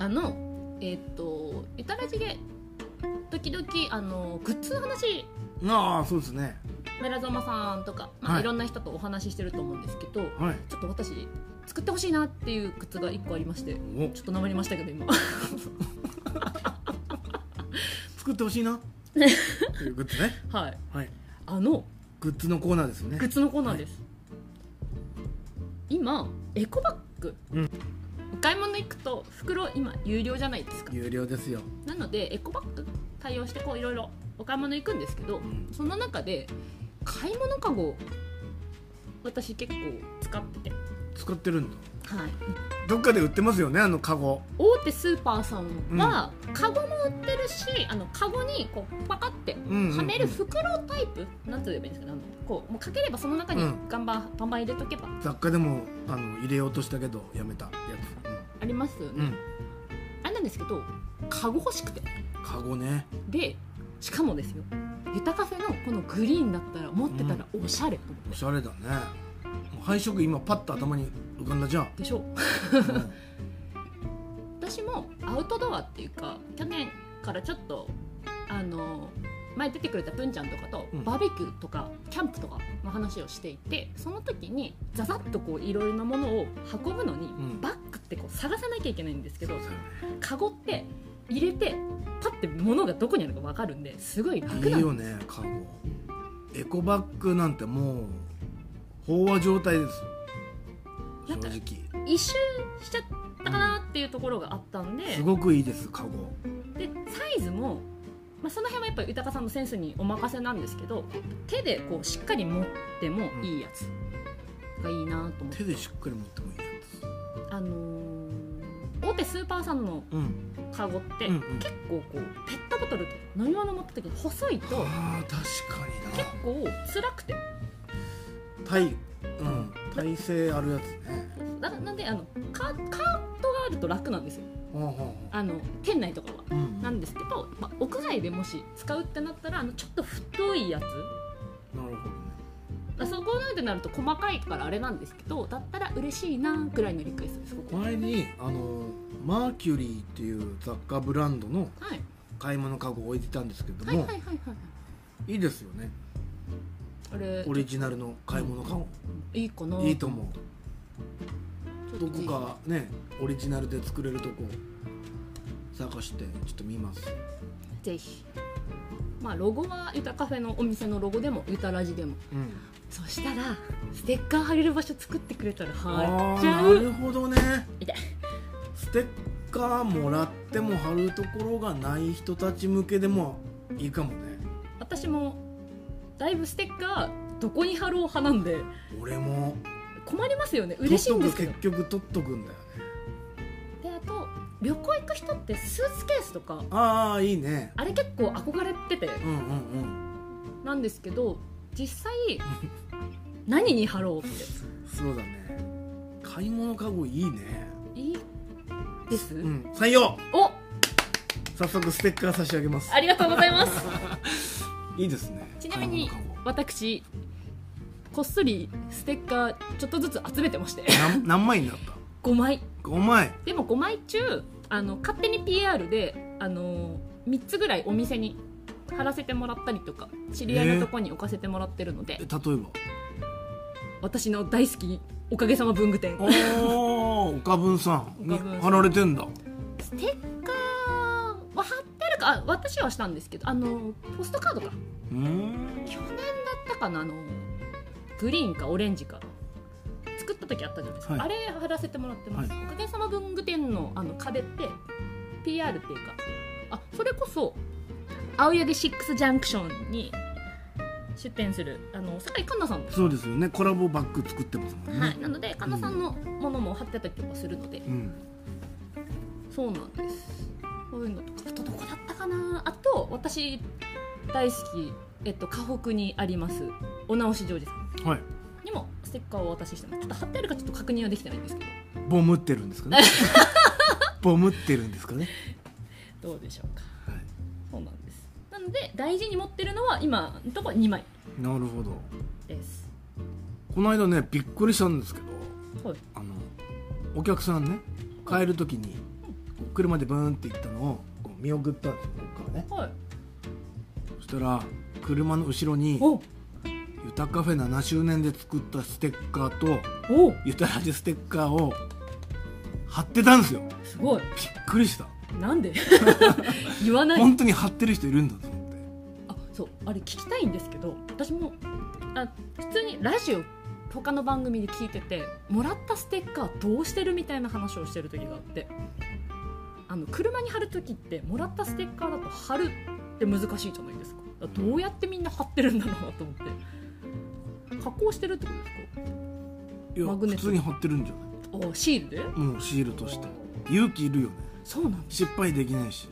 Speaker 2: あのえっ、とゆたらじで時々あのグッズの話
Speaker 1: ああそうですね
Speaker 2: メラゾマさんとか、まあ
Speaker 1: はい
Speaker 2: い、ろんな人とお話ししてると思うんですけど
Speaker 1: はい
Speaker 2: ちょっと私作ってほしいなっていうグッズが一個ありましてち
Speaker 1: お
Speaker 2: ょっとなまりましたけど今 (laughs)
Speaker 1: 作ってほしいなというグッズね
Speaker 2: はい
Speaker 1: はい
Speaker 2: あの
Speaker 1: グッズのコーナーですよね
Speaker 2: グッズのコーナーです、今エコバッグ、
Speaker 1: うん
Speaker 2: お買い物行くと袋今有料じゃないですか
Speaker 1: 有料ですよ
Speaker 2: なのでエコバッグ対応してこういろいろお買い物行くんですけど、
Speaker 1: ん
Speaker 2: その中で買い物かご私結構使ってて、
Speaker 1: 使ってるんだ
Speaker 2: はい、
Speaker 1: どっかで売ってますよねあのカゴ
Speaker 2: 大手スーパーさんはカゴも売ってるし、あのカゴにこうパカって
Speaker 1: んうんうん
Speaker 2: はめる袋タイプ、なんて言えばいいんですかねあのこうもうかければその中に
Speaker 1: うん
Speaker 2: ガンバン、バンバン入れとけば
Speaker 1: 雑貨でもあの入れようとしたけどやめたや
Speaker 2: ありますよ
Speaker 1: つ
Speaker 2: ね、
Speaker 1: うん、うん、
Speaker 2: あれなんですけどカゴ欲しくて
Speaker 1: カゴね
Speaker 2: でしかもですよゆたカフェのこのグリーンだったら持ってたらおしゃれと思って、
Speaker 1: おしゃれだねもう配色今パッと頭に浮かんだ (laughs) じゃん、
Speaker 2: でしょ
Speaker 1: うん
Speaker 2: 私もアウトドアっていうか去年からちょっとあの前出てくれたプンちゃんとかと
Speaker 1: うん
Speaker 2: バーベキューとかキャンプとかの話をしていてその時にザザッとこういろいろなものを運ぶのに、
Speaker 1: ん
Speaker 2: バッグってこう探さなきゃいけないんですけど
Speaker 1: そう
Speaker 2: カゴって入れてパッて物がどこにあるか分かるんですごい楽なん
Speaker 1: だ
Speaker 2: で
Speaker 1: よね
Speaker 2: す
Speaker 1: いいよねカゴエコバッグなんてもう飽和状態です正
Speaker 2: なんか
Speaker 1: 直
Speaker 2: 一周しちゃったかなっていうところがあったんで,、
Speaker 1: すごくいいですカゴ
Speaker 2: でサイズも、まあ、その辺はやっぱり豊さんのセンスにお任せなんですけど手でこうしっかり持ってもいいやつがいいなと思って、
Speaker 1: 手でしっかり持ってもいいやつ
Speaker 2: あのー大手スーパーさんの
Speaker 1: うん
Speaker 2: カゴって、
Speaker 1: うんうん
Speaker 2: 結構こうペットボトルとか飲み物持った時に細いと
Speaker 1: あー確かに
Speaker 2: 結
Speaker 1: な
Speaker 2: 構辛くて
Speaker 1: 体うん体勢あるやつね
Speaker 2: だなんであのカカートがあると楽なんですよ
Speaker 1: ほうほうほ
Speaker 2: あの店内とかは。
Speaker 1: ううん
Speaker 2: な
Speaker 1: なる
Speaker 2: んですけど、まあ、屋外でもし使うってなったらあのちょっと太いやつ
Speaker 1: ほどね
Speaker 2: まあそこなんてなると細かいからあれなんですけどだったら嬉しいなぐらいのリクエストですここ
Speaker 1: 前にあのマーキュリーっていう雑貨ブランドの
Speaker 2: はい
Speaker 1: 買い物カゴ置いてたんですけども、
Speaker 2: はいはいはいはい
Speaker 1: いいですよね
Speaker 2: あれ
Speaker 1: オリジナルの買い物カゴ、
Speaker 2: いいかない
Speaker 1: いと思
Speaker 2: ちょっ
Speaker 1: う
Speaker 2: と
Speaker 1: ど
Speaker 2: ぜひ
Speaker 1: こかねオリジナルで作れるとこ探してちょっと見ます
Speaker 2: ぜひまあ、ロゴはユタカフェのお店のロゴでもユタラジでも
Speaker 1: うん
Speaker 2: そしたらステッカー貼れる場所作ってくれたら
Speaker 1: あ
Speaker 2: 貼っ
Speaker 1: あ
Speaker 2: ち
Speaker 1: な
Speaker 2: ゃう
Speaker 1: るほどね
Speaker 2: 痛い
Speaker 1: ステッカーもらっても貼るところがない人たち向けでもいいかもね
Speaker 2: 私もだいぶステッカーどこに貼ろう派なんで
Speaker 1: 俺も
Speaker 2: 困りますよね嬉しいんですけ
Speaker 1: 取
Speaker 2: ど
Speaker 1: っとく結局取っとくんだよね
Speaker 2: であと旅行行く人ってスーツケースとか
Speaker 1: ああいいね
Speaker 2: あれ結構憧れてて
Speaker 1: うんうん
Speaker 2: なんですけど
Speaker 1: (laughs)
Speaker 2: 実際何に貼ろうって
Speaker 1: うんそうだね買い物かごいいね
Speaker 2: いいです、
Speaker 1: うん採用
Speaker 2: お
Speaker 1: 早速ステッカー差し上げます
Speaker 2: ありがとうございます
Speaker 1: いいですね
Speaker 2: ちなみに
Speaker 1: 買い物か
Speaker 2: 私こっそりステッカーちょっとずつ集めてまして
Speaker 1: ごなん何枚になった
Speaker 2: 5枚
Speaker 1: 5枚
Speaker 2: でも5枚中あの勝手に PR であの3つぐらいお店に貼らせてもらったりとか知り合いのとこに置かせてもらってるので、
Speaker 1: え例
Speaker 2: (laughs)
Speaker 1: えば
Speaker 2: 私の大好きおかげさま文具店
Speaker 1: おー岡文さんに
Speaker 2: 岡文さん
Speaker 1: 貼られてんだ
Speaker 2: ステッカーは貼ってるかあ私はしたんですけどあのポストカードかだ
Speaker 1: うーん
Speaker 2: ったかなあのグリーンかオレンジか作った時あったじゃないですか、
Speaker 1: はい
Speaker 2: あれ貼らせてもらってます、
Speaker 1: は
Speaker 2: おかげさま文具店のあの壁って PR っていうかあそれこそ青柳シックスジャンクションに出店するあの酒井環奈さんです、
Speaker 1: そうですよねコラボバッグ作ってますもんね、
Speaker 2: はい、なので環奈さんのものも貼ってたりとかするので
Speaker 1: うん
Speaker 2: そうなんですそういうのとかあとどこだったかなあと私大好きえっと河北にありますお直しジョージさん
Speaker 1: はい
Speaker 2: にもステッカーをお渡ししてますちょっと貼ってあるかちょっと確認はできてないんですけど
Speaker 1: ボムってるんです
Speaker 2: (laughs)
Speaker 1: かねボムってるんですかね、
Speaker 2: どうでしょうか
Speaker 1: は
Speaker 2: そうなんですなので大事に持ってるのは今のところ2枚
Speaker 1: い、なるほど
Speaker 2: です
Speaker 1: この間ねびっくりしたんですけど
Speaker 2: はい
Speaker 1: あのお客さんね帰る時に車でブーンって行ったのをこう見送ったんですよ僕からね
Speaker 2: はい
Speaker 1: そしたら車の後ろに
Speaker 2: お
Speaker 1: 「ユタカフェ7周年で作ったステッカーと
Speaker 2: お
Speaker 1: 「ユタラジステッカー」を貼ってたんですよびっ
Speaker 2: すごい
Speaker 1: くりした
Speaker 2: なんで (laughs) 言わない
Speaker 1: 本当に貼ってる人いるんだと思って
Speaker 2: あそうあれ聞きたいんですけど私もあ普通にラジオ他の番組で聞いててもらったステッカーどうしてるみたいな話をしてる時があってあの車に貼る時ってもらったステッカーだと貼るって難しいじゃないですかだからどうやってみんな貼ってるんだろうなと思って加工してるってこと
Speaker 1: い
Speaker 2: で
Speaker 1: や
Speaker 2: マグ
Speaker 1: 普
Speaker 2: ネット
Speaker 1: 通に貼ってるんじゃない
Speaker 2: すかあシールで
Speaker 1: もうシールとして勇気いるよね
Speaker 2: そうなんです
Speaker 1: 失敗できないし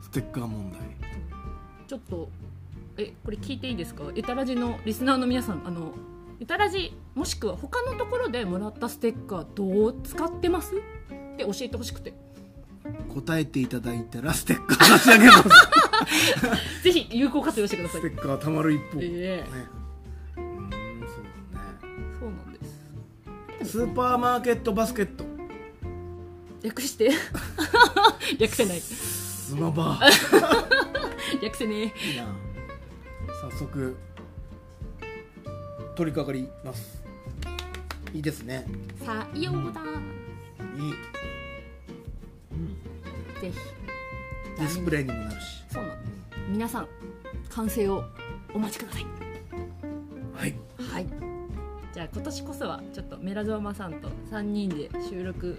Speaker 1: ステッカー問題
Speaker 2: ちょっとえこれ聞いていいですかゆたらじのリスナーの皆さんあのゆたらじもしくは他のところでもらったステッカーどう使ってますって教えてほしくて
Speaker 1: 答えていただいたらステッカー差し上
Speaker 2: (laughs)
Speaker 1: げます
Speaker 2: ぜひ有効活用してください
Speaker 1: ステッカーたまる一方、ね
Speaker 2: ええ
Speaker 1: うーんそうだね
Speaker 2: そうなんです
Speaker 1: スーパーマーケットバスケット
Speaker 2: 略して
Speaker 1: (laughs)
Speaker 2: 略せない
Speaker 1: スマバー
Speaker 2: 略せね
Speaker 1: いいな早速取り掛かりますいいですね
Speaker 2: えさようだ
Speaker 1: いい
Speaker 2: ぜひ
Speaker 1: ディスプレイにもなるし
Speaker 2: そうなんです皆さん完成をお待ちください
Speaker 1: はい
Speaker 2: はい。じゃあ今年こそはちょっとメラゾーマさんと3人で収録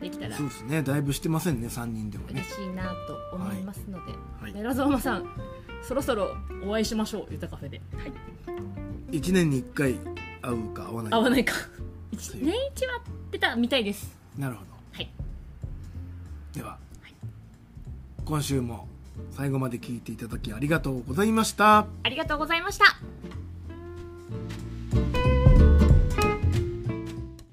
Speaker 2: できたら
Speaker 1: そうですねだいぶしてませんね3人でもね
Speaker 2: 嬉しいなと思いますので、
Speaker 1: はい
Speaker 2: メラゾーマさんそろそろお会いしましょうゆたカフェで、はい、
Speaker 1: 1年に1回会うか会わない
Speaker 2: 合
Speaker 1: か
Speaker 2: わないか一
Speaker 1: そう
Speaker 2: 年一は出たみたいです
Speaker 1: なるほど
Speaker 2: はい
Speaker 1: では、今週も最後まで聞いていただきありがとうございました
Speaker 2: ありがとうございました